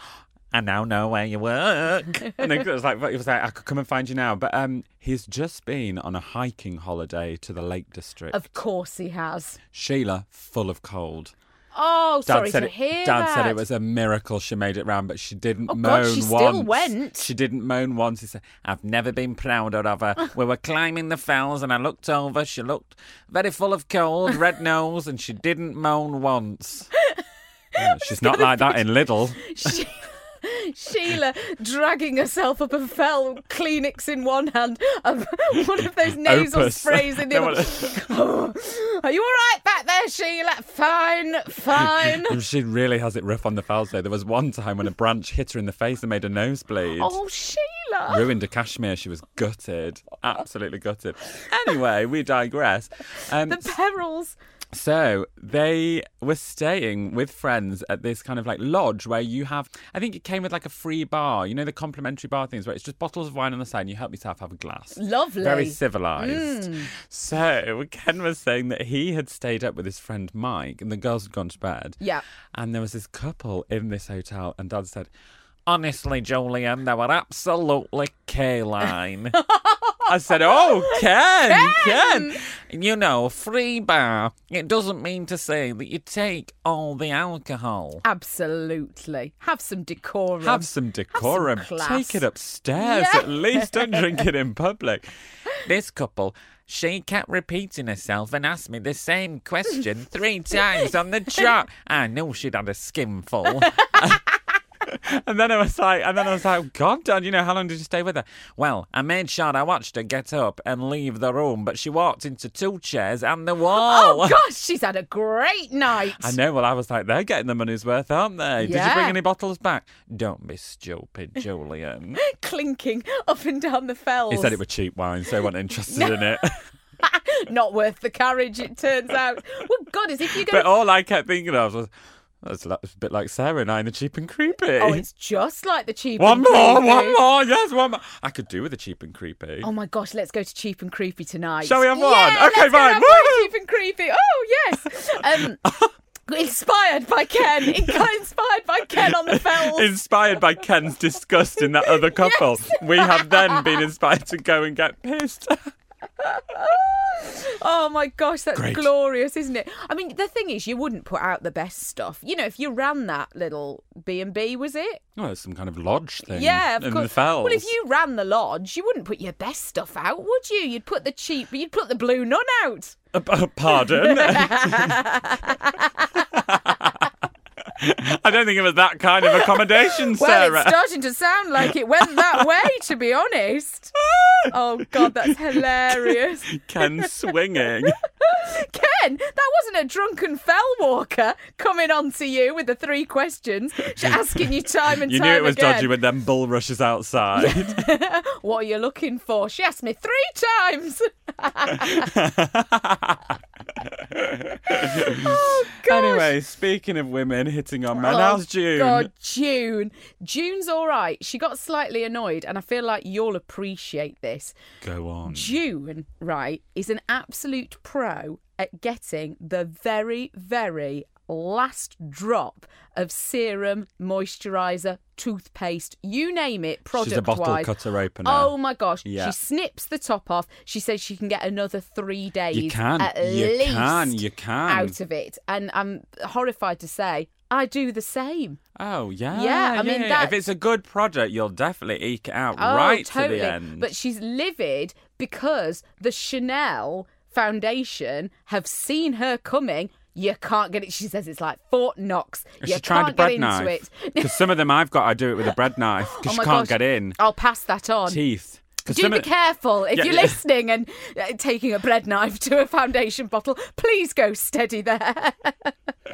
Speaker 2: I now know where you
Speaker 3: [LAUGHS]
Speaker 2: work. and then it was like, it was like, I could come and find you now. But um, he's just been on a hiking holiday to the Lake District.
Speaker 3: Of course he has.
Speaker 2: Sheila, full of cold.
Speaker 3: Oh, sorry
Speaker 2: said
Speaker 3: to
Speaker 2: it,
Speaker 3: hear
Speaker 2: Dad
Speaker 3: that.
Speaker 2: said it was a miracle she made it round, but she didn't
Speaker 3: Oh,
Speaker 2: moan
Speaker 3: God, she
Speaker 2: once.
Speaker 3: still went.
Speaker 2: She didn't moan once. He said, "I've never been prouder of
Speaker 3: [LAUGHS]
Speaker 2: her. we were climbing the fells, and I looked over. She looked very full of cold,
Speaker 3: [LAUGHS]
Speaker 2: red nose, and she didn't moan once." Yeah, she's not like
Speaker 3: [LAUGHS]
Speaker 2: that in Lidl.
Speaker 3: [LAUGHS] She- Sheila dragging herself up a fell, Kleenex in one hand, and [LAUGHS] one of those nasal
Speaker 2: Opus.
Speaker 3: sprays in the
Speaker 2: No,
Speaker 3: other. [LAUGHS] Are you all right back there, Sheila? Fine,
Speaker 2: [LAUGHS]
Speaker 3: fine.
Speaker 2: And She really has it rough on the fells though. There was one time when a branch hit her in the face and made a nosebleed.
Speaker 3: oh, Sheila.
Speaker 2: Ruined her cashmere. She was gutted. Absolutely
Speaker 3: [LAUGHS]
Speaker 2: gutted. Anyway, we digress. Um,
Speaker 3: Um, The perils.
Speaker 2: So they were staying with friends at this kind of like lodge where you have, I think it came with like a free bar, you know, the complimentary bar things where it's just bottles of wine on the side and you help yourself have a glass.
Speaker 3: Lovely. Mm.
Speaker 2: Very civilized. So Ken was saying that he had stayed up with his friend Mike and the girls had gone to bed.
Speaker 3: Yeah.
Speaker 2: And there was this couple in this hotel and dad said, Honestly, Julian, they were absolutely
Speaker 3: [LAUGHS]
Speaker 2: K-line. I said, "Oh, Ken, Ken, You know, free bar. It doesn't mean to say that you take all the alcohol.
Speaker 3: Absolutely. Have some decorum.
Speaker 2: Have some decorum.
Speaker 3: class.
Speaker 2: Take it upstairs
Speaker 3: Yeah.
Speaker 2: at least.
Speaker 3: [LAUGHS]
Speaker 2: Don't drink it in public. This couple, she kept repeating herself and asked me the same question
Speaker 3: [LAUGHS]
Speaker 2: three times on the trot. I knew she'd had a skinful. [LAUGHS] And then I was like, and then I was like, "Oh, God, Dad, you know, how long did you stay with her? Well, I made sure I watched her get up and leave the room, but she walked into two chairs and the wall. [LAUGHS]
Speaker 3: Oh, gosh, she's had a great night.
Speaker 2: I know. Well, I was like, they're getting the money's worth, aren't they? Did you bring
Speaker 3: Yeah.
Speaker 2: any bottles back? Don't be
Speaker 3: [LAUGHS]
Speaker 2: stupid, Julian.
Speaker 3: Clinking up and down the fells.
Speaker 2: he said it was cheap wine, so he wasn't interested in
Speaker 3: [LAUGHS]
Speaker 2: it. [LAUGHS]
Speaker 3: not worth the carriage, it turns out. Well, God, is if you're going
Speaker 2: but
Speaker 3: to.
Speaker 2: all I kept thinking of was, that's a bit like Sarah and I in the Cheap and Creepy.
Speaker 3: Oh, it's just like the
Speaker 2: [LAUGHS]
Speaker 3: cheap.
Speaker 2: one
Speaker 3: and
Speaker 2: more,
Speaker 3: creepy.
Speaker 2: one more, yes, one more. I could do with the Cheap and Creepy.
Speaker 3: Oh my gosh, let's go to cheap and creepy tonight.
Speaker 2: Shall we have one?
Speaker 3: Yeah,
Speaker 2: Okay,
Speaker 3: let's go
Speaker 2: fine.
Speaker 3: have one,
Speaker 2: Woo!
Speaker 3: cheap and creepy. Oh yes.
Speaker 2: [LAUGHS]
Speaker 3: Um, inspired by Ken. [LAUGHS] Inspired by Ken on the
Speaker 2: [LAUGHS]
Speaker 3: fells.
Speaker 2: Inspired by Ken's disgust in that other
Speaker 3: [LAUGHS]
Speaker 2: couple, we have then been inspired to go and get pissed. [LAUGHS]
Speaker 3: Oh my gosh, that's
Speaker 2: Great.
Speaker 3: glorious, isn't it? I mean, the thing is, you wouldn't put out the best stuff. You know, if you ran that little B and B, was it?
Speaker 2: Well, it's some kind of lodge thing.
Speaker 3: Yeah, of
Speaker 2: in
Speaker 3: course.
Speaker 2: the fells.
Speaker 3: Well, if you ran the lodge, you wouldn't put your best stuff out, would you? You'd put the cheap, you'd put the blue nun out.
Speaker 2: Uh, p- uh,
Speaker 3: [LAUGHS]
Speaker 2: pardon. I don't think it was that kind of accommodation,
Speaker 3: Well,
Speaker 2: Sarah.
Speaker 3: it's starting to sound like it
Speaker 2: [LAUGHS]
Speaker 3: went that way, to be honest. Oh God, that's
Speaker 2: [LAUGHS]
Speaker 3: hilarious.
Speaker 2: Ken
Speaker 3: [LAUGHS]
Speaker 2: swinging.
Speaker 3: Ken, that wasn't a drunken fell walker coming on to you with the three questions, sh- asking you time
Speaker 2: [LAUGHS]
Speaker 3: and
Speaker 2: You knew
Speaker 3: time
Speaker 2: it was
Speaker 3: again.
Speaker 2: dodgy with them bull rushes outside.
Speaker 3: What are you looking for? She asked me three
Speaker 2: [LAUGHS]
Speaker 3: times. [LAUGHS] oh God.
Speaker 2: anyway, speaking of women hitting on men,
Speaker 3: Oh,
Speaker 2: how's June?
Speaker 3: God, June. June's all right. She got slightly annoyed, and I feel like you'll appreciate this.
Speaker 2: Go on.
Speaker 3: June, right, is an absolute pro at getting the very, very last drop of serum, moisturizer, toothpaste, you name it, product
Speaker 2: She's a bottle
Speaker 3: wise.
Speaker 2: cutter opener.
Speaker 3: Oh my gosh.
Speaker 2: Yeah.
Speaker 3: She snips the top off. She says she can get another three days.
Speaker 2: can.
Speaker 3: At
Speaker 2: You
Speaker 3: least
Speaker 2: can. You can.
Speaker 3: Out of it. And I'm horrified to say, I do the same.
Speaker 2: Oh, yeah.
Speaker 3: Yeah, I mean,
Speaker 2: If
Speaker 3: that's-
Speaker 2: it's a good project, you'll definitely eke it out
Speaker 3: Oh,
Speaker 2: right
Speaker 3: totally.
Speaker 2: to the end.
Speaker 3: But she's livid because the Chanel Foundation have seen her coming. You can't get it. She says it's like Fort Knox.
Speaker 2: Is
Speaker 3: you
Speaker 2: she trying to
Speaker 3: can't
Speaker 2: bread
Speaker 3: get into
Speaker 2: knife? [LAUGHS]
Speaker 3: it.
Speaker 2: Because some of them I've got, I do it with a
Speaker 3: [LAUGHS]
Speaker 2: bread knife because
Speaker 3: Oh
Speaker 2: she
Speaker 3: my
Speaker 2: can't
Speaker 3: gosh.
Speaker 2: get in.
Speaker 3: I'll pass that on.
Speaker 2: Teeth. 'Cause
Speaker 3: Do
Speaker 2: some
Speaker 3: be
Speaker 2: of-
Speaker 3: careful if
Speaker 2: Yeah,
Speaker 3: you're
Speaker 2: yeah.
Speaker 3: listening and uh, taking a bread knife to a foundation bottle. Please go steady there. [LAUGHS]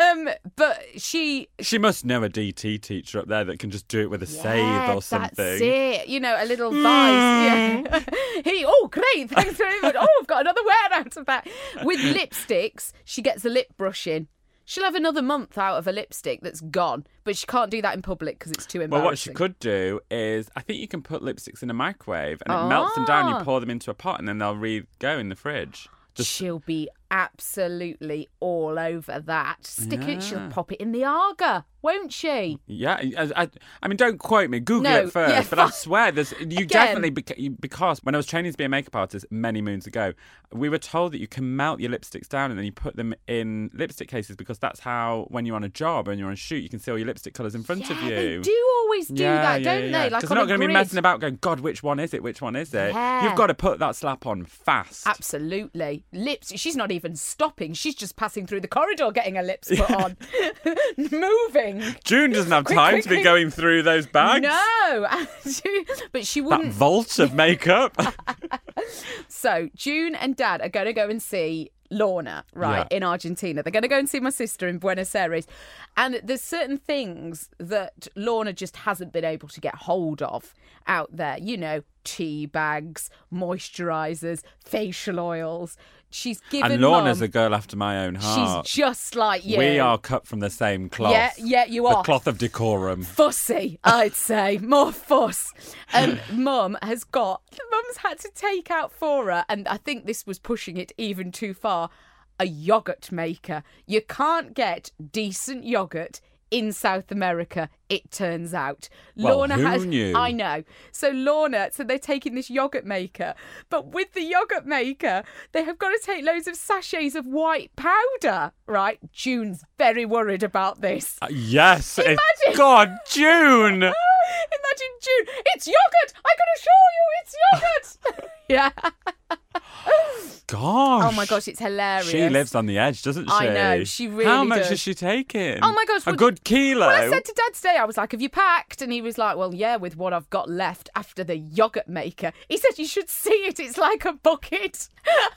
Speaker 3: um, but she
Speaker 2: She must know a DT teacher up there that can just do it with a
Speaker 3: Yeah,
Speaker 2: save or something. Mm.
Speaker 3: That's it. You know, a little vice. Yeah. [LAUGHS] he, oh, great. Thanks very much. Oh, I've got another wear out of that.
Speaker 2: [LAUGHS]
Speaker 3: With lipsticks, she gets a lip brush in. She'll have another month out of a lipstick that's gone, but she can't do that in public because it's too embarrassing.
Speaker 2: Well, what she could do is, I think you can put lipsticks in a microwave and it melts them down.
Speaker 3: Ah.
Speaker 2: You pour them into a pot and then they'll re go in the fridge. Just
Speaker 3: She'll be absolutely all over that. Stick it, she'll pop it in the Arga, won't she?
Speaker 2: Yeah, I, I, I mean, don't quote me. Google
Speaker 3: No,
Speaker 2: it first,
Speaker 3: yeah,
Speaker 2: but I
Speaker 3: fine.
Speaker 2: swear, there's you
Speaker 3: Again.
Speaker 2: definitely beca- you- because when I was training to be a makeup artist many moons ago, we were told that you can melt your lipsticks down and then you put them in lipstick cases because that's how when you're on a job and you're on a shoot, you can see all your lipstick colours in front of
Speaker 3: Yeah,
Speaker 2: you.
Speaker 3: they do always do
Speaker 2: Yeah,
Speaker 3: that,
Speaker 2: yeah, yeah.
Speaker 3: don't they? Like
Speaker 2: 'Cause
Speaker 3: on
Speaker 2: they're not
Speaker 3: a
Speaker 2: gonna be
Speaker 3: grid.
Speaker 2: messing about going, God, which one is it? Which one is it?
Speaker 3: Yeah.
Speaker 2: You've got to put that slap on fast.
Speaker 3: Absolutely. Lips, she's not even stopping. She's just passing through the corridor getting her lips put on. [LAUGHS] Moving.
Speaker 2: June doesn't have
Speaker 3: [LAUGHS] Quick,
Speaker 2: time
Speaker 3: quick,
Speaker 2: to be
Speaker 3: quick.
Speaker 2: going through those bags.
Speaker 3: No. [LAUGHS] She- but she
Speaker 2: That
Speaker 3: wouldn't.
Speaker 2: vault of
Speaker 3: [LAUGHS]
Speaker 2: makeup.
Speaker 3: so June and Dad are going to go and see Lorna, right,
Speaker 2: Yeah.
Speaker 3: in Argentina. They're going to go and see my sister in Buenos Aires. And there's certain things that Lorna just hasn't been able to get hold of out there. You know, tea bags, moisturizers, facial oils. She's given
Speaker 2: and Lorna's
Speaker 3: Mum-
Speaker 2: a girl after my own heart.
Speaker 3: She's just like you.
Speaker 2: We are cut from the same cloth.
Speaker 3: Yeah, yeah, you
Speaker 2: The
Speaker 3: are.
Speaker 2: cloth of decorum.
Speaker 3: fussy, I'd say. More fuss.
Speaker 2: [LAUGHS]
Speaker 3: Um, Mum has got, Mum's had to take out for her, and I think this was pushing it even too far, a yoghurt maker. You can't get decent yoghurt in South America, it turns out.
Speaker 2: Well,
Speaker 3: Lorna
Speaker 2: who
Speaker 3: has.
Speaker 2: knew?
Speaker 3: I know. So Lorna, so they're taking this yoghurt maker, but with the yoghurt maker, they have got to take loads of sachets of white powder, right? June's very worried about this.
Speaker 2: Uh, yes. it's-
Speaker 3: Imagine.
Speaker 2: God, June.
Speaker 3: [LAUGHS] Imagine June. It's yogurt. I can assure you, it's yogurt. yeah.
Speaker 2: Gosh.
Speaker 3: Oh my gosh, it's hilarious.
Speaker 2: She lives on the edge, doesn't she?
Speaker 3: I know, she
Speaker 2: How
Speaker 3: really
Speaker 2: much
Speaker 3: does.
Speaker 2: is she taking?
Speaker 3: Oh my gosh,
Speaker 2: A
Speaker 3: what-
Speaker 2: good kilo.
Speaker 3: Well, I said to Dad today, I was like, "Have you packed?" And he was like, "Well, yeah, with what I've got left after the yogurt maker." He said, "You should see it. It's like a bucket." [LAUGHS]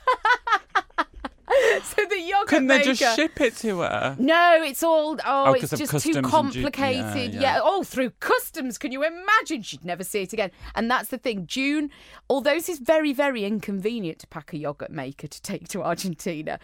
Speaker 3: so the yogurt
Speaker 2: Couldn't they
Speaker 3: maker.
Speaker 2: just ship it to her?
Speaker 3: No, it's all oh,
Speaker 2: Oh, 'cause
Speaker 3: it's
Speaker 2: of
Speaker 3: just
Speaker 2: customs
Speaker 3: too
Speaker 2: and G-
Speaker 3: complicated.
Speaker 2: yeah,
Speaker 3: yeah,
Speaker 2: yeah.
Speaker 3: all through customs. Can you imagine? She'd never see it again. And that's the thing. June, although this is very, very inconvenient to pack a yogurt maker to take to Argentina,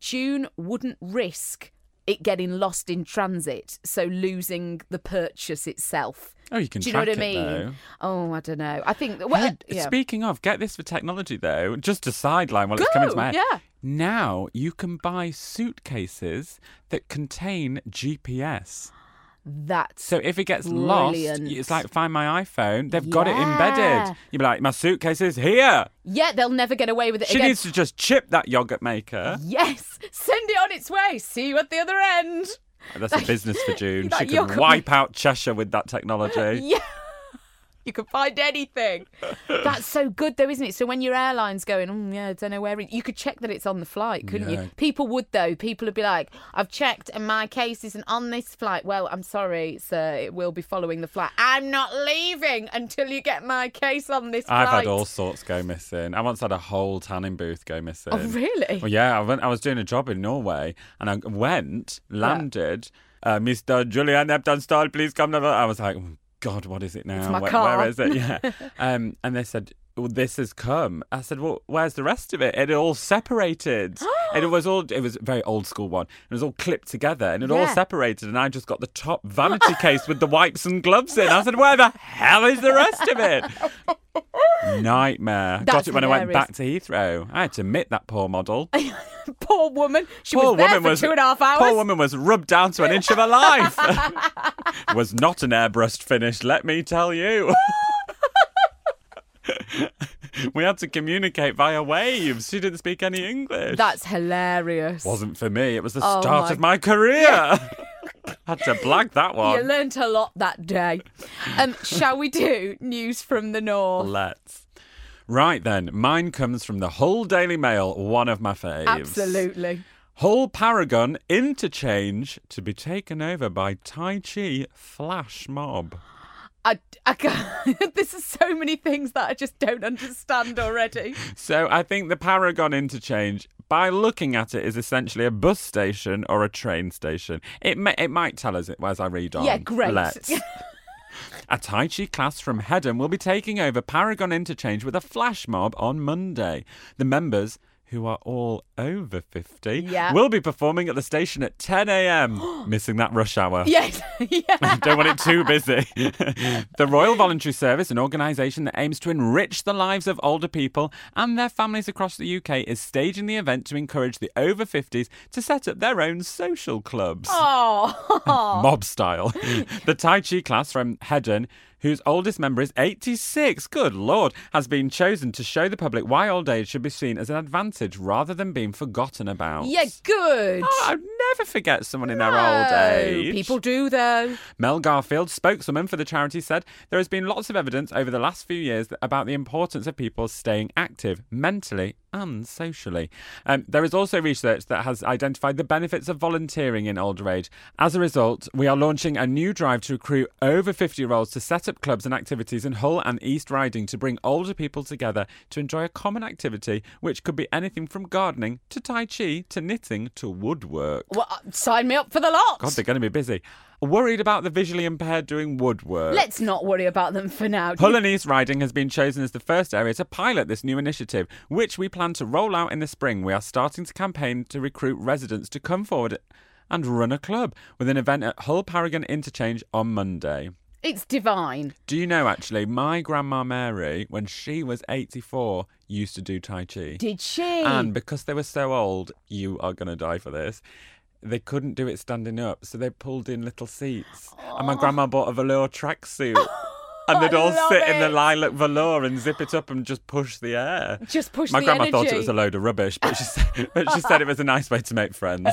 Speaker 3: June wouldn't risk it getting lost in transit, so losing the purchase itself.
Speaker 2: Oh, you can
Speaker 3: Do you know what I
Speaker 2: track it,
Speaker 3: mean?
Speaker 2: though.
Speaker 3: Oh, I don't know. I think well,
Speaker 2: Hey,
Speaker 3: yeah.
Speaker 2: Speaking of, get this for technology though. Just a sideline while it's coming to
Speaker 3: Go,
Speaker 2: my head.
Speaker 3: yeah.
Speaker 2: Now you can buy suitcases that contain GPS.
Speaker 3: that's
Speaker 2: So if it gets
Speaker 3: Brilliant.
Speaker 2: lost, it's like find my iPhone. They've got it embedded.
Speaker 3: Yeah.
Speaker 2: You'd be like, my suitcase is here.
Speaker 3: yeah, they'll never get away with it
Speaker 2: She
Speaker 3: again.
Speaker 2: needs to just chip that yogurt
Speaker 3: [LAUGHS]
Speaker 2: maker.
Speaker 3: Yes, send it on its way. See you at the other end.
Speaker 2: That's a business for June.
Speaker 3: [LAUGHS] That
Speaker 2: She can
Speaker 3: yogurt
Speaker 2: wipe out Cheshire with that
Speaker 3: [LAUGHS]
Speaker 2: technology.
Speaker 3: Yeah. You can find anything. That's so good, though, isn't it? So when your airline's going, mm, yeah, I don't know where it, you could check that it's on the flight, couldn't
Speaker 2: Yeah.
Speaker 3: you? People would, though. People would be like, I've checked and my case isn't on this flight. Well, I'm sorry, sir, it will be following the flight. I'm not leaving until you get my case on this
Speaker 2: I've
Speaker 3: flight.
Speaker 2: had all sorts go missing. I once had a whole tanning booth go missing.
Speaker 3: Oh, really?
Speaker 2: Well, yeah, I, went, I was doing a job in Norway and I went, landed, uh, Mr. Julian Eptonstall, please come. down." I was like, oh, God, what is it now?
Speaker 3: It's my
Speaker 2: Where-
Speaker 3: car."
Speaker 2: where is it?
Speaker 3: [LAUGHS]
Speaker 2: Yeah. um, and they said, well, this has come. I said, well, where's the rest of it? It all
Speaker 3: [GASPS]
Speaker 2: separated. and it was all, it was a very old school one. It was all clipped together and it all
Speaker 3: Yeah.
Speaker 2: separated. And I just got the
Speaker 3: [LAUGHS]
Speaker 2: top vanity case with the wipes and gloves in. I said, where the hell is the rest of
Speaker 3: [LAUGHS]
Speaker 2: it? Nightmare. got
Speaker 3: That's
Speaker 2: it when I went
Speaker 3: hilarious.
Speaker 2: back to Heathrow. I had to admit that poor model
Speaker 3: Poor woman. She was there for two and a half hours.
Speaker 2: Poor woman was rubbed down to an inch of her
Speaker 3: [LAUGHS]
Speaker 2: life. was not an airbrushed finish, let me tell you. [LAUGHS] we had to communicate via waves. She didn't speak any English.
Speaker 3: That's hilarious.
Speaker 2: wasn't for me. It was the
Speaker 3: Oh
Speaker 2: start
Speaker 3: my-
Speaker 2: of my career. [LAUGHS] had to blag that
Speaker 3: [LAUGHS] You
Speaker 2: one.
Speaker 3: learnt a lot that day. Um, shall we do news from the north?
Speaker 2: Let's. Right then, mine comes from the Hull Daily Mail, one of my faves.
Speaker 3: Absolutely.
Speaker 2: Whole Paragon interchange to be taken over by Tai Chi Flash Mob.
Speaker 3: I, I can't, [LAUGHS] this is so many things that I just don't understand already.
Speaker 2: So I think the Paragon interchange, by looking at it, is essentially a bus station or a train station. It may, it might tell us it as I read on.
Speaker 3: Yeah, great.
Speaker 2: Let's. A Tai Chi class from Hedham will be taking over Paragon Interchange with a flash mob on Monday. The members, who are all over 50,
Speaker 3: Yeah.
Speaker 2: will be performing at the station at 10
Speaker 3: [GASPS]
Speaker 2: a.m., missing that rush hour.
Speaker 3: Yes. [LAUGHS] yeah.
Speaker 2: Don't want it too busy. [LAUGHS] the Royal Voluntary Service, an organisation that aims to enrich the lives of older people and their families across the UK, is staging the event to encourage the over 50s to set up their own social clubs.
Speaker 3: Oh.
Speaker 2: Mob style. [LAUGHS] the Tai Chi class from Hedon, whose oldest member is 86, good lord, has been chosen to show the public why old age should be seen as an advantage rather than being forgotten about.
Speaker 3: Yeah, good.
Speaker 2: Oh, I'd never forget someone in their old
Speaker 3: No,
Speaker 2: age.
Speaker 3: People do though.
Speaker 2: Mel Garfield, spokeswoman for the charity, said there has been lots of evidence over the last few years that- about the importance of people staying active mentally and socially. Um, there is also research that has identified the benefits of volunteering in older age. As a result, we are launching a new drive to recruit over 50 year olds to set up clubs and activities in Hull and East Riding to bring older people together to enjoy a common activity, which could be anything from gardening to Tai Chi to knitting to woodwork.
Speaker 3: Well, uh, sign me up for the lot.
Speaker 2: God, they're going to be busy. Worried about the visually impaired doing woodwork.
Speaker 3: Let's not worry about them for now. Do you-
Speaker 2: Hull and East Riding has been chosen as the first area to pilot this new initiative, which we plan to roll out in the spring. We are starting to campaign to recruit residents to come forward and run a club with an event at Hull Paragon Interchange on Monday.
Speaker 3: It's divine.
Speaker 2: Do you know actually, my grandma Mary, when she was 84, used to do Tai Chi.
Speaker 3: Did she?
Speaker 2: And because they were so old, you are going to die for this. They couldn't do it standing up, so they pulled in little seats. And my grandma bought a velour
Speaker 3: [LAUGHS]
Speaker 2: tracksuit. And they'd
Speaker 3: I
Speaker 2: all
Speaker 3: love
Speaker 2: sit in the
Speaker 3: it.
Speaker 2: lilac velour and zip it up and just push the air.
Speaker 3: Just push
Speaker 2: My
Speaker 3: the
Speaker 2: grandma thought it
Speaker 3: energy.
Speaker 2: was a load of rubbish, but she said, [LAUGHS] but she said it was a nice way to make
Speaker 3: [LAUGHS]
Speaker 2: friends.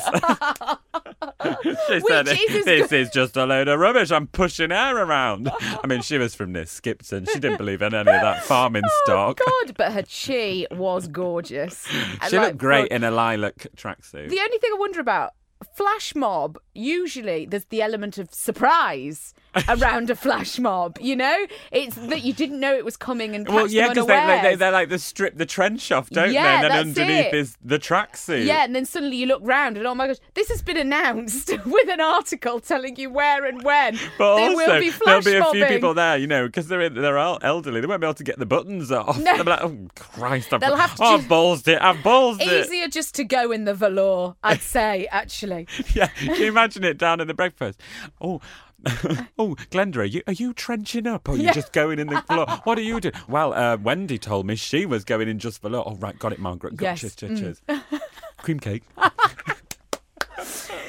Speaker 2: she said,
Speaker 3: Which is as
Speaker 2: "This is just a load of rubbish. I'm pushing air around." I mean, she was from near Skipton. She didn't believe in any of that
Speaker 3: [LAUGHS]
Speaker 2: farming stock.
Speaker 3: Oh, God, but her chi was
Speaker 2: [LAUGHS]
Speaker 3: gorgeous. And,
Speaker 2: She
Speaker 3: like,
Speaker 2: looked great
Speaker 3: for-
Speaker 2: in a lilac tracksuit.
Speaker 3: The only thing I wonder about flash mob, usually there's the element
Speaker 2: [LAUGHS]
Speaker 3: of surprise around a flash mob. You know, it's that you didn't know it was coming and catch
Speaker 2: Well, yeah, because
Speaker 3: because
Speaker 2: they, like, they they're like the strip the trench off, don't
Speaker 3: Yeah,
Speaker 2: they? And then
Speaker 3: that's
Speaker 2: underneath
Speaker 3: it.
Speaker 2: is the tracksuit.
Speaker 3: Yeah, and then suddenly you look round and oh my gosh, this has been announced [LAUGHS] with an article telling you where and when.
Speaker 2: But
Speaker 3: there
Speaker 2: also,
Speaker 3: will be
Speaker 2: there'll
Speaker 3: flash
Speaker 2: be a few
Speaker 3: mobbing.
Speaker 2: people there, you know, because they're in, they're all elderly. They won't be able to get the buttons off.
Speaker 3: No.
Speaker 2: They'll be like, oh Christ, I've,
Speaker 3: They'll have to
Speaker 2: oh, I've
Speaker 3: just-
Speaker 2: ballsed it. I've ballsed it.
Speaker 3: Easier just to go in the velour, I'd say,
Speaker 2: [LAUGHS]
Speaker 3: actually.
Speaker 2: Yeah, can you imagine it down at the breakfast? Oh, [LAUGHS] oh, Glenda, are you, are you trenching up? Or are you
Speaker 3: Yeah.
Speaker 2: just going in the floor? What are you doing? Well, uh, Wendy told me she was going in just below. Oh, right, got it, Margaret. Got
Speaker 3: Yes, Mm.
Speaker 2: Cheers, cheers, cheers.
Speaker 3: [LAUGHS]
Speaker 2: Cream cake.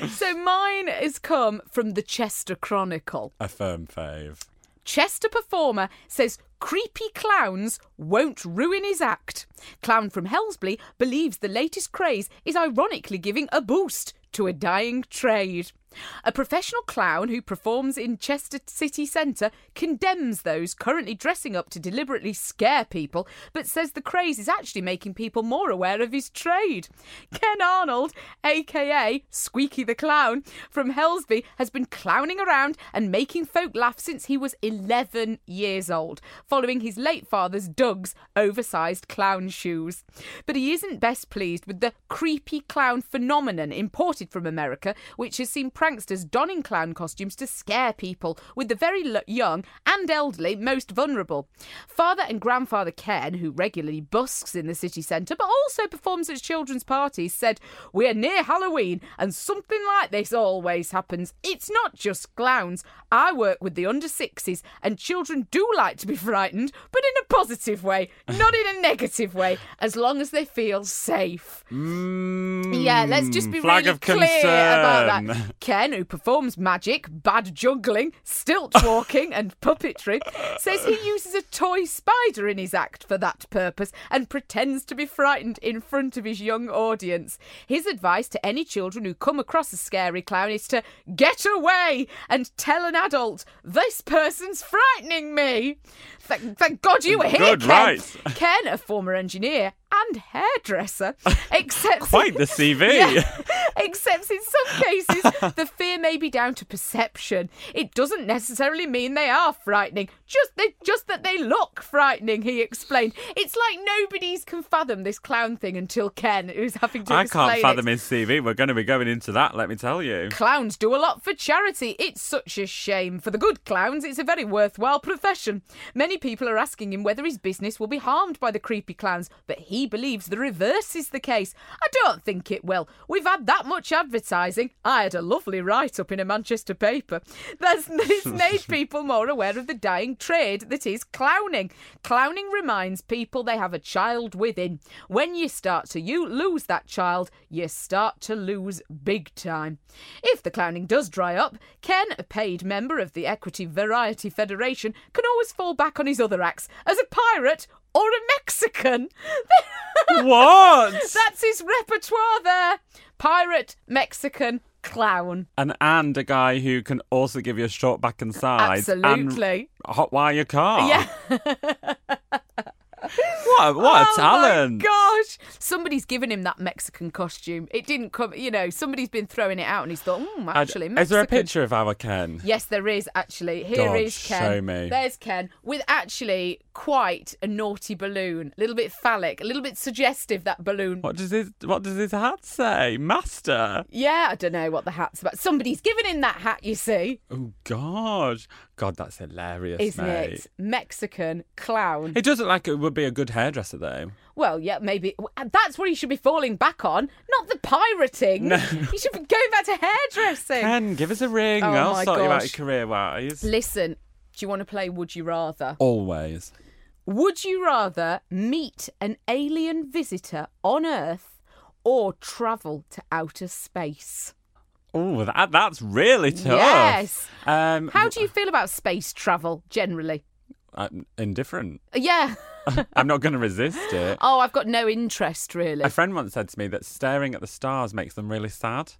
Speaker 3: So mine has come from the Chester Chronicle.
Speaker 2: A firm fave.
Speaker 3: Chester performer says creepy clowns won't ruin his act. Clown from Helsby believes the latest craze is ironically giving a boost to a dying trade. A professional clown who performs in Chester city centre condemns those currently dressing up to deliberately scare people, but says the craze is actually making people more aware of his trade. Ken Arnold, aka Squeaky the Clown, from Helsby, has been clowning around and making folk laugh since he was 11 years old, following his late father's Doug's oversized clown shoes. But he isn't best pleased with the creepy clown phenomenon imported from America, which has seen pranksters donning clown costumes to scare people, with the very lo- young and elderly most vulnerable. Father and grandfather Ken, who regularly busks in the city centre but also performs at children's parties, said, We're near Halloween and something like this always happens. It's not just clowns. I work with the under sixes and children do like to be frightened, but in a positive way, not in a negative way, as long as they feel safe. Yeah, let's just be
Speaker 2: Mm. flag
Speaker 3: really
Speaker 2: of
Speaker 3: clear about
Speaker 2: concern.
Speaker 3: that. [LAUGHS] Ken, who performs magic, bad juggling, stilt walking, and puppetry, says he uses a toy spider in his act for that purpose and pretends to be frightened in front of his young audience. His advice to any children who come across a scary clown is to get away and tell an adult, "This person's frightening me." Thank, thank God you were here,
Speaker 2: Good,
Speaker 3: Ken.
Speaker 2: right.
Speaker 3: Ken, a former engineer and
Speaker 2: [LAUGHS]
Speaker 3: hairdresser, accepts
Speaker 2: Quite the CV.
Speaker 3: [LAUGHS]
Speaker 2: [LAUGHS]
Speaker 3: Yeah. Except in some cases, the fear may be down to perception. It doesn't necessarily mean they are frightening. Just they, just that they look frightening. He explained. It's like nobody's can fathom this clown thing until Ken, who's having to.
Speaker 2: I
Speaker 3: explain
Speaker 2: can't
Speaker 3: it.
Speaker 2: fathom his CV. We're going to be going into that, let me tell you. [LAUGHS]
Speaker 3: Clowns do a lot for charity. It's such a shame. For the good clowns, it's a very worthwhile profession. Many people are asking him whether his business will be harmed by the creepy clowns, but he he believes the reverse is the case. I don't think it will. We've had that much advertising. I had a lovely write up in a Manchester paper. That's [LAUGHS] it's made people more aware of the dying trade that is clowning. Clowning reminds people they have a child within. When you start to you lose that child, you start to lose big time. If the clowning does dry up, Ken, a paid member of the Equity Variety Federation, can always fall back on his other acts as a pirate or a Mexican. [LAUGHS]
Speaker 2: What?
Speaker 3: That's his repertoire there. Pirate, Mexican, clown.
Speaker 2: and and a guy who can also give you a shot back and sides.
Speaker 3: Absolutely.
Speaker 2: And hotwire your car. [LAUGHS]
Speaker 3: Yeah. [LAUGHS]
Speaker 2: What? What
Speaker 3: oh
Speaker 2: a talent!
Speaker 3: My gosh. Somebody's given him that Mexican costume. It didn't come, you know, somebody's been throwing it out and he's thought, hmm,
Speaker 2: I-
Speaker 3: actually,
Speaker 2: is there a
Speaker 3: Mexican."
Speaker 2: picture of our Ken?
Speaker 3: Yes, there is actually. Here is
Speaker 2: God,
Speaker 3: Ken.
Speaker 2: show me.
Speaker 3: There's Ken with actually quite a naughty balloon, a little bit phallic, a little bit suggestive. That balloon.
Speaker 2: What does his What does his hat say, Master?
Speaker 3: Yeah, I don't know what the hat's about. Somebody's given him that hat, you see,
Speaker 2: Oh gosh, God, that's hilarious,
Speaker 3: isn't
Speaker 2: mate.
Speaker 3: it? Mexican clown.
Speaker 2: It does look like it would be a good hairdresser, though.
Speaker 3: Well, yeah, maybe that's what he should be falling back on, not the pirating.
Speaker 2: No.
Speaker 3: He should be going back to hairdressing.
Speaker 2: Ken, give us a ring.
Speaker 3: Oh,
Speaker 2: I'll
Speaker 3: my
Speaker 2: sort you out
Speaker 3: gosh.
Speaker 2: career wise.
Speaker 3: Listen, do you want to play Would You Rather?
Speaker 2: Always.
Speaker 3: Would you rather meet an alien visitor on Earth or travel to outer space?
Speaker 2: Oh, that, that's really tough.
Speaker 3: Yes.
Speaker 2: Um,
Speaker 3: How do you feel about space travel generally?
Speaker 2: I'm uh, indifferent. [LAUGHS]
Speaker 3: Yeah.
Speaker 2: I'm not going to resist
Speaker 3: [LAUGHS]
Speaker 2: it.
Speaker 3: Oh, I've got no interest really.
Speaker 2: A friend once said to me that staring at the stars makes them really sad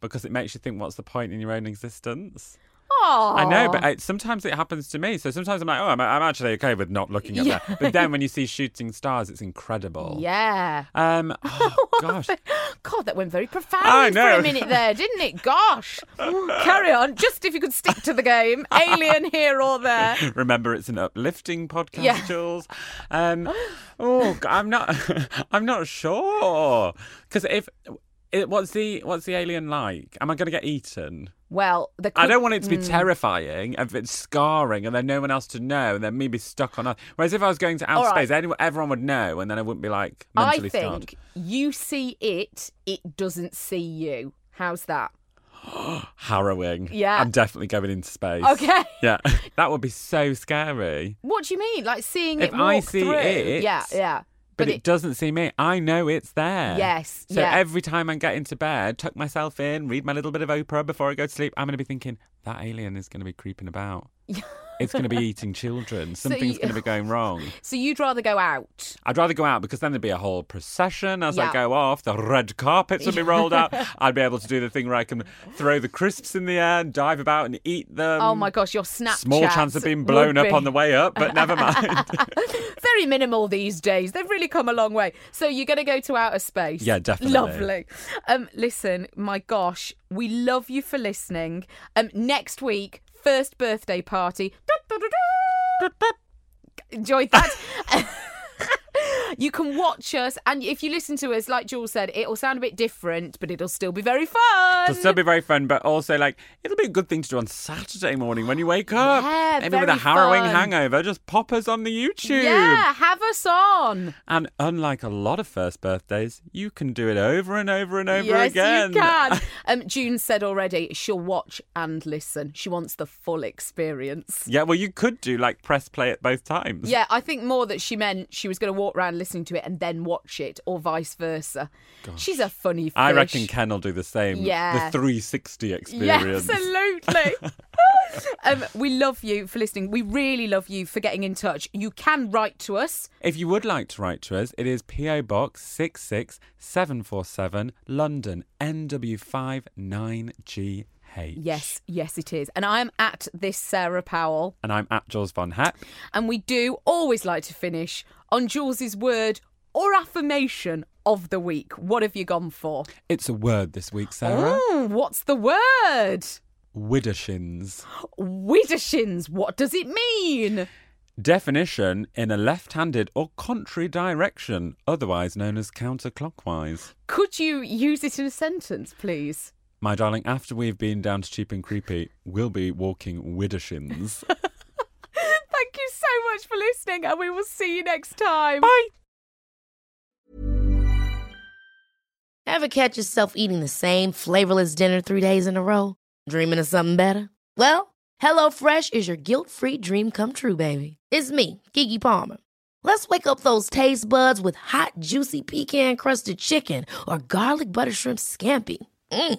Speaker 2: because it makes you think, what's the point in your own existence?
Speaker 3: Oh,
Speaker 2: I know, but it, sometimes it happens to me. So sometimes I'm like, oh, I'm, I'm actually okay with not looking at
Speaker 3: [LAUGHS] Yeah.
Speaker 2: that. But then when you see shooting stars, it's incredible.
Speaker 3: yeah. [LAUGHS]
Speaker 2: Um, oh, gosh.
Speaker 3: God, that went very profound
Speaker 2: I
Speaker 3: for
Speaker 2: know.
Speaker 3: a minute there, didn't it? Gosh. Carry on. Just if you could stick to
Speaker 2: [LAUGHS]
Speaker 3: the game. Alien here or there.
Speaker 2: Remember, it's an uplifting podcast,
Speaker 3: Yeah.
Speaker 2: Jules.
Speaker 3: [LAUGHS]
Speaker 2: Um, oh, g- I'm not. [LAUGHS] I'm not sure because if it, what's the what's the alien like? Am I going to get eaten?
Speaker 3: Well, the
Speaker 2: I don't want it to be
Speaker 3: Hmm.
Speaker 2: terrifying, if it's scarring, and then no one else to know, and then me be stuck on Earth. Whereas if I was going to outer
Speaker 3: All right.
Speaker 2: space, anyone, everyone would know, and then I wouldn't be like
Speaker 3: I
Speaker 2: mentally
Speaker 3: think
Speaker 2: scarred.
Speaker 3: you see it, it doesn't see you. How's that?
Speaker 2: [GASPS] Harrowing.
Speaker 3: Yeah.
Speaker 2: I'm definitely going into space.
Speaker 3: Okay. [LAUGHS]
Speaker 2: Yeah, that would be so scary.
Speaker 3: What do you mean? Like seeing
Speaker 2: If
Speaker 3: it walk
Speaker 2: I see
Speaker 3: through?
Speaker 2: it,
Speaker 3: Yeah, yeah.
Speaker 2: But, it, doesn't see me. I know it's there.
Speaker 3: Yes,
Speaker 2: So
Speaker 3: yeah.
Speaker 2: every time I get into bed, tuck myself in, read my little bit of Oprah before I go to sleep, I'm going to be thinking, that alien is going to be creeping
Speaker 3: [LAUGHS]
Speaker 2: about. it's going to be eating children. Something's
Speaker 3: you-
Speaker 2: going to be going wrong.
Speaker 3: So you'd rather go out.
Speaker 2: I'd rather go out because then there'd be a whole procession as I
Speaker 3: Yeah.
Speaker 2: go off. The red carpets would be rolled
Speaker 3: [LAUGHS]
Speaker 2: out. I'd be able to do the thing where I can throw the crisps in the air and dive about and eat them.
Speaker 3: oh my gosh, your Snapchat.
Speaker 2: Um, Small chance of being blown up on the way up, but
Speaker 3: [LAUGHS]
Speaker 2: never mind.
Speaker 3: Very minimal these days. They've really come a long way. So you're going to go to outer space.
Speaker 2: Yeah, definitely.
Speaker 3: Lovely. Um, listen, my gosh, we love you for listening. Um, next week, first birthday party. Enjoyed
Speaker 2: [LAUGHS]
Speaker 3: that. [LAUGHS] You can watch us, and if you listen to us, like Jules said, it'll sound a bit different, but it'll still be very fun.
Speaker 2: It'll still be very fun, but also like it'll be a good thing to do on Saturday morning when you wake up.
Speaker 3: Yeah,
Speaker 2: Maybe with a
Speaker 3: very
Speaker 2: harrowing
Speaker 3: fun.
Speaker 2: hangover, just pop us on the YouTube.
Speaker 3: Yeah, have us on.
Speaker 2: And unlike a lot of first birthdays, you can do it over and over and over
Speaker 3: yes,
Speaker 2: again. [LAUGHS]
Speaker 3: you can. Um, June said already she'll watch and listen. She wants the full experience.
Speaker 2: Yeah, well, you could do like press play at both times.
Speaker 3: Yeah, I think more that she meant she was going to walk around listening to it and then watch it, or vice versa. She's a funny fish.
Speaker 2: I reckon Ken will do the same.
Speaker 3: Yeah.
Speaker 2: The 360
Speaker 3: Yeah,
Speaker 2: experience.
Speaker 3: absolutely.
Speaker 2: [LAUGHS]
Speaker 3: um, we love you for listening. We really love you for getting in touch. You can write to us.
Speaker 2: If you would like to write to us, it is PO Box 66747, London, NW59GH.
Speaker 3: Yes, yes, it is. And I am at this Sarah Powell.
Speaker 2: And I'm at Jules Von Hepp.
Speaker 3: And we do always like to finish on Jules's word or affirmation of the week. What have you gone for?
Speaker 2: It's a word this week, Sarah.
Speaker 3: Ooh, what's the word?
Speaker 2: Widdershins.
Speaker 3: Widdershins. What does it mean?
Speaker 2: Definition in a left handed or contrary direction, otherwise known as counterclockwise.
Speaker 3: Could you use it in a sentence, please? [LAUGHS]
Speaker 2: My darling, after we've been down to Cheap and Creepy, we'll be walking Widdershins.
Speaker 3: Thank you so much for listening, and we will see you next time. Bye.
Speaker 4: Ever catch yourself eating the same flavorless dinner three days in a row? Dreaming of something better? Well, HelloFresh is your guilt free dream come true, baby. It's me, Gigi Palmer. Let's wake up those taste buds with hot, juicy pecan crusted chicken or garlic butter shrimp scampi. Mm.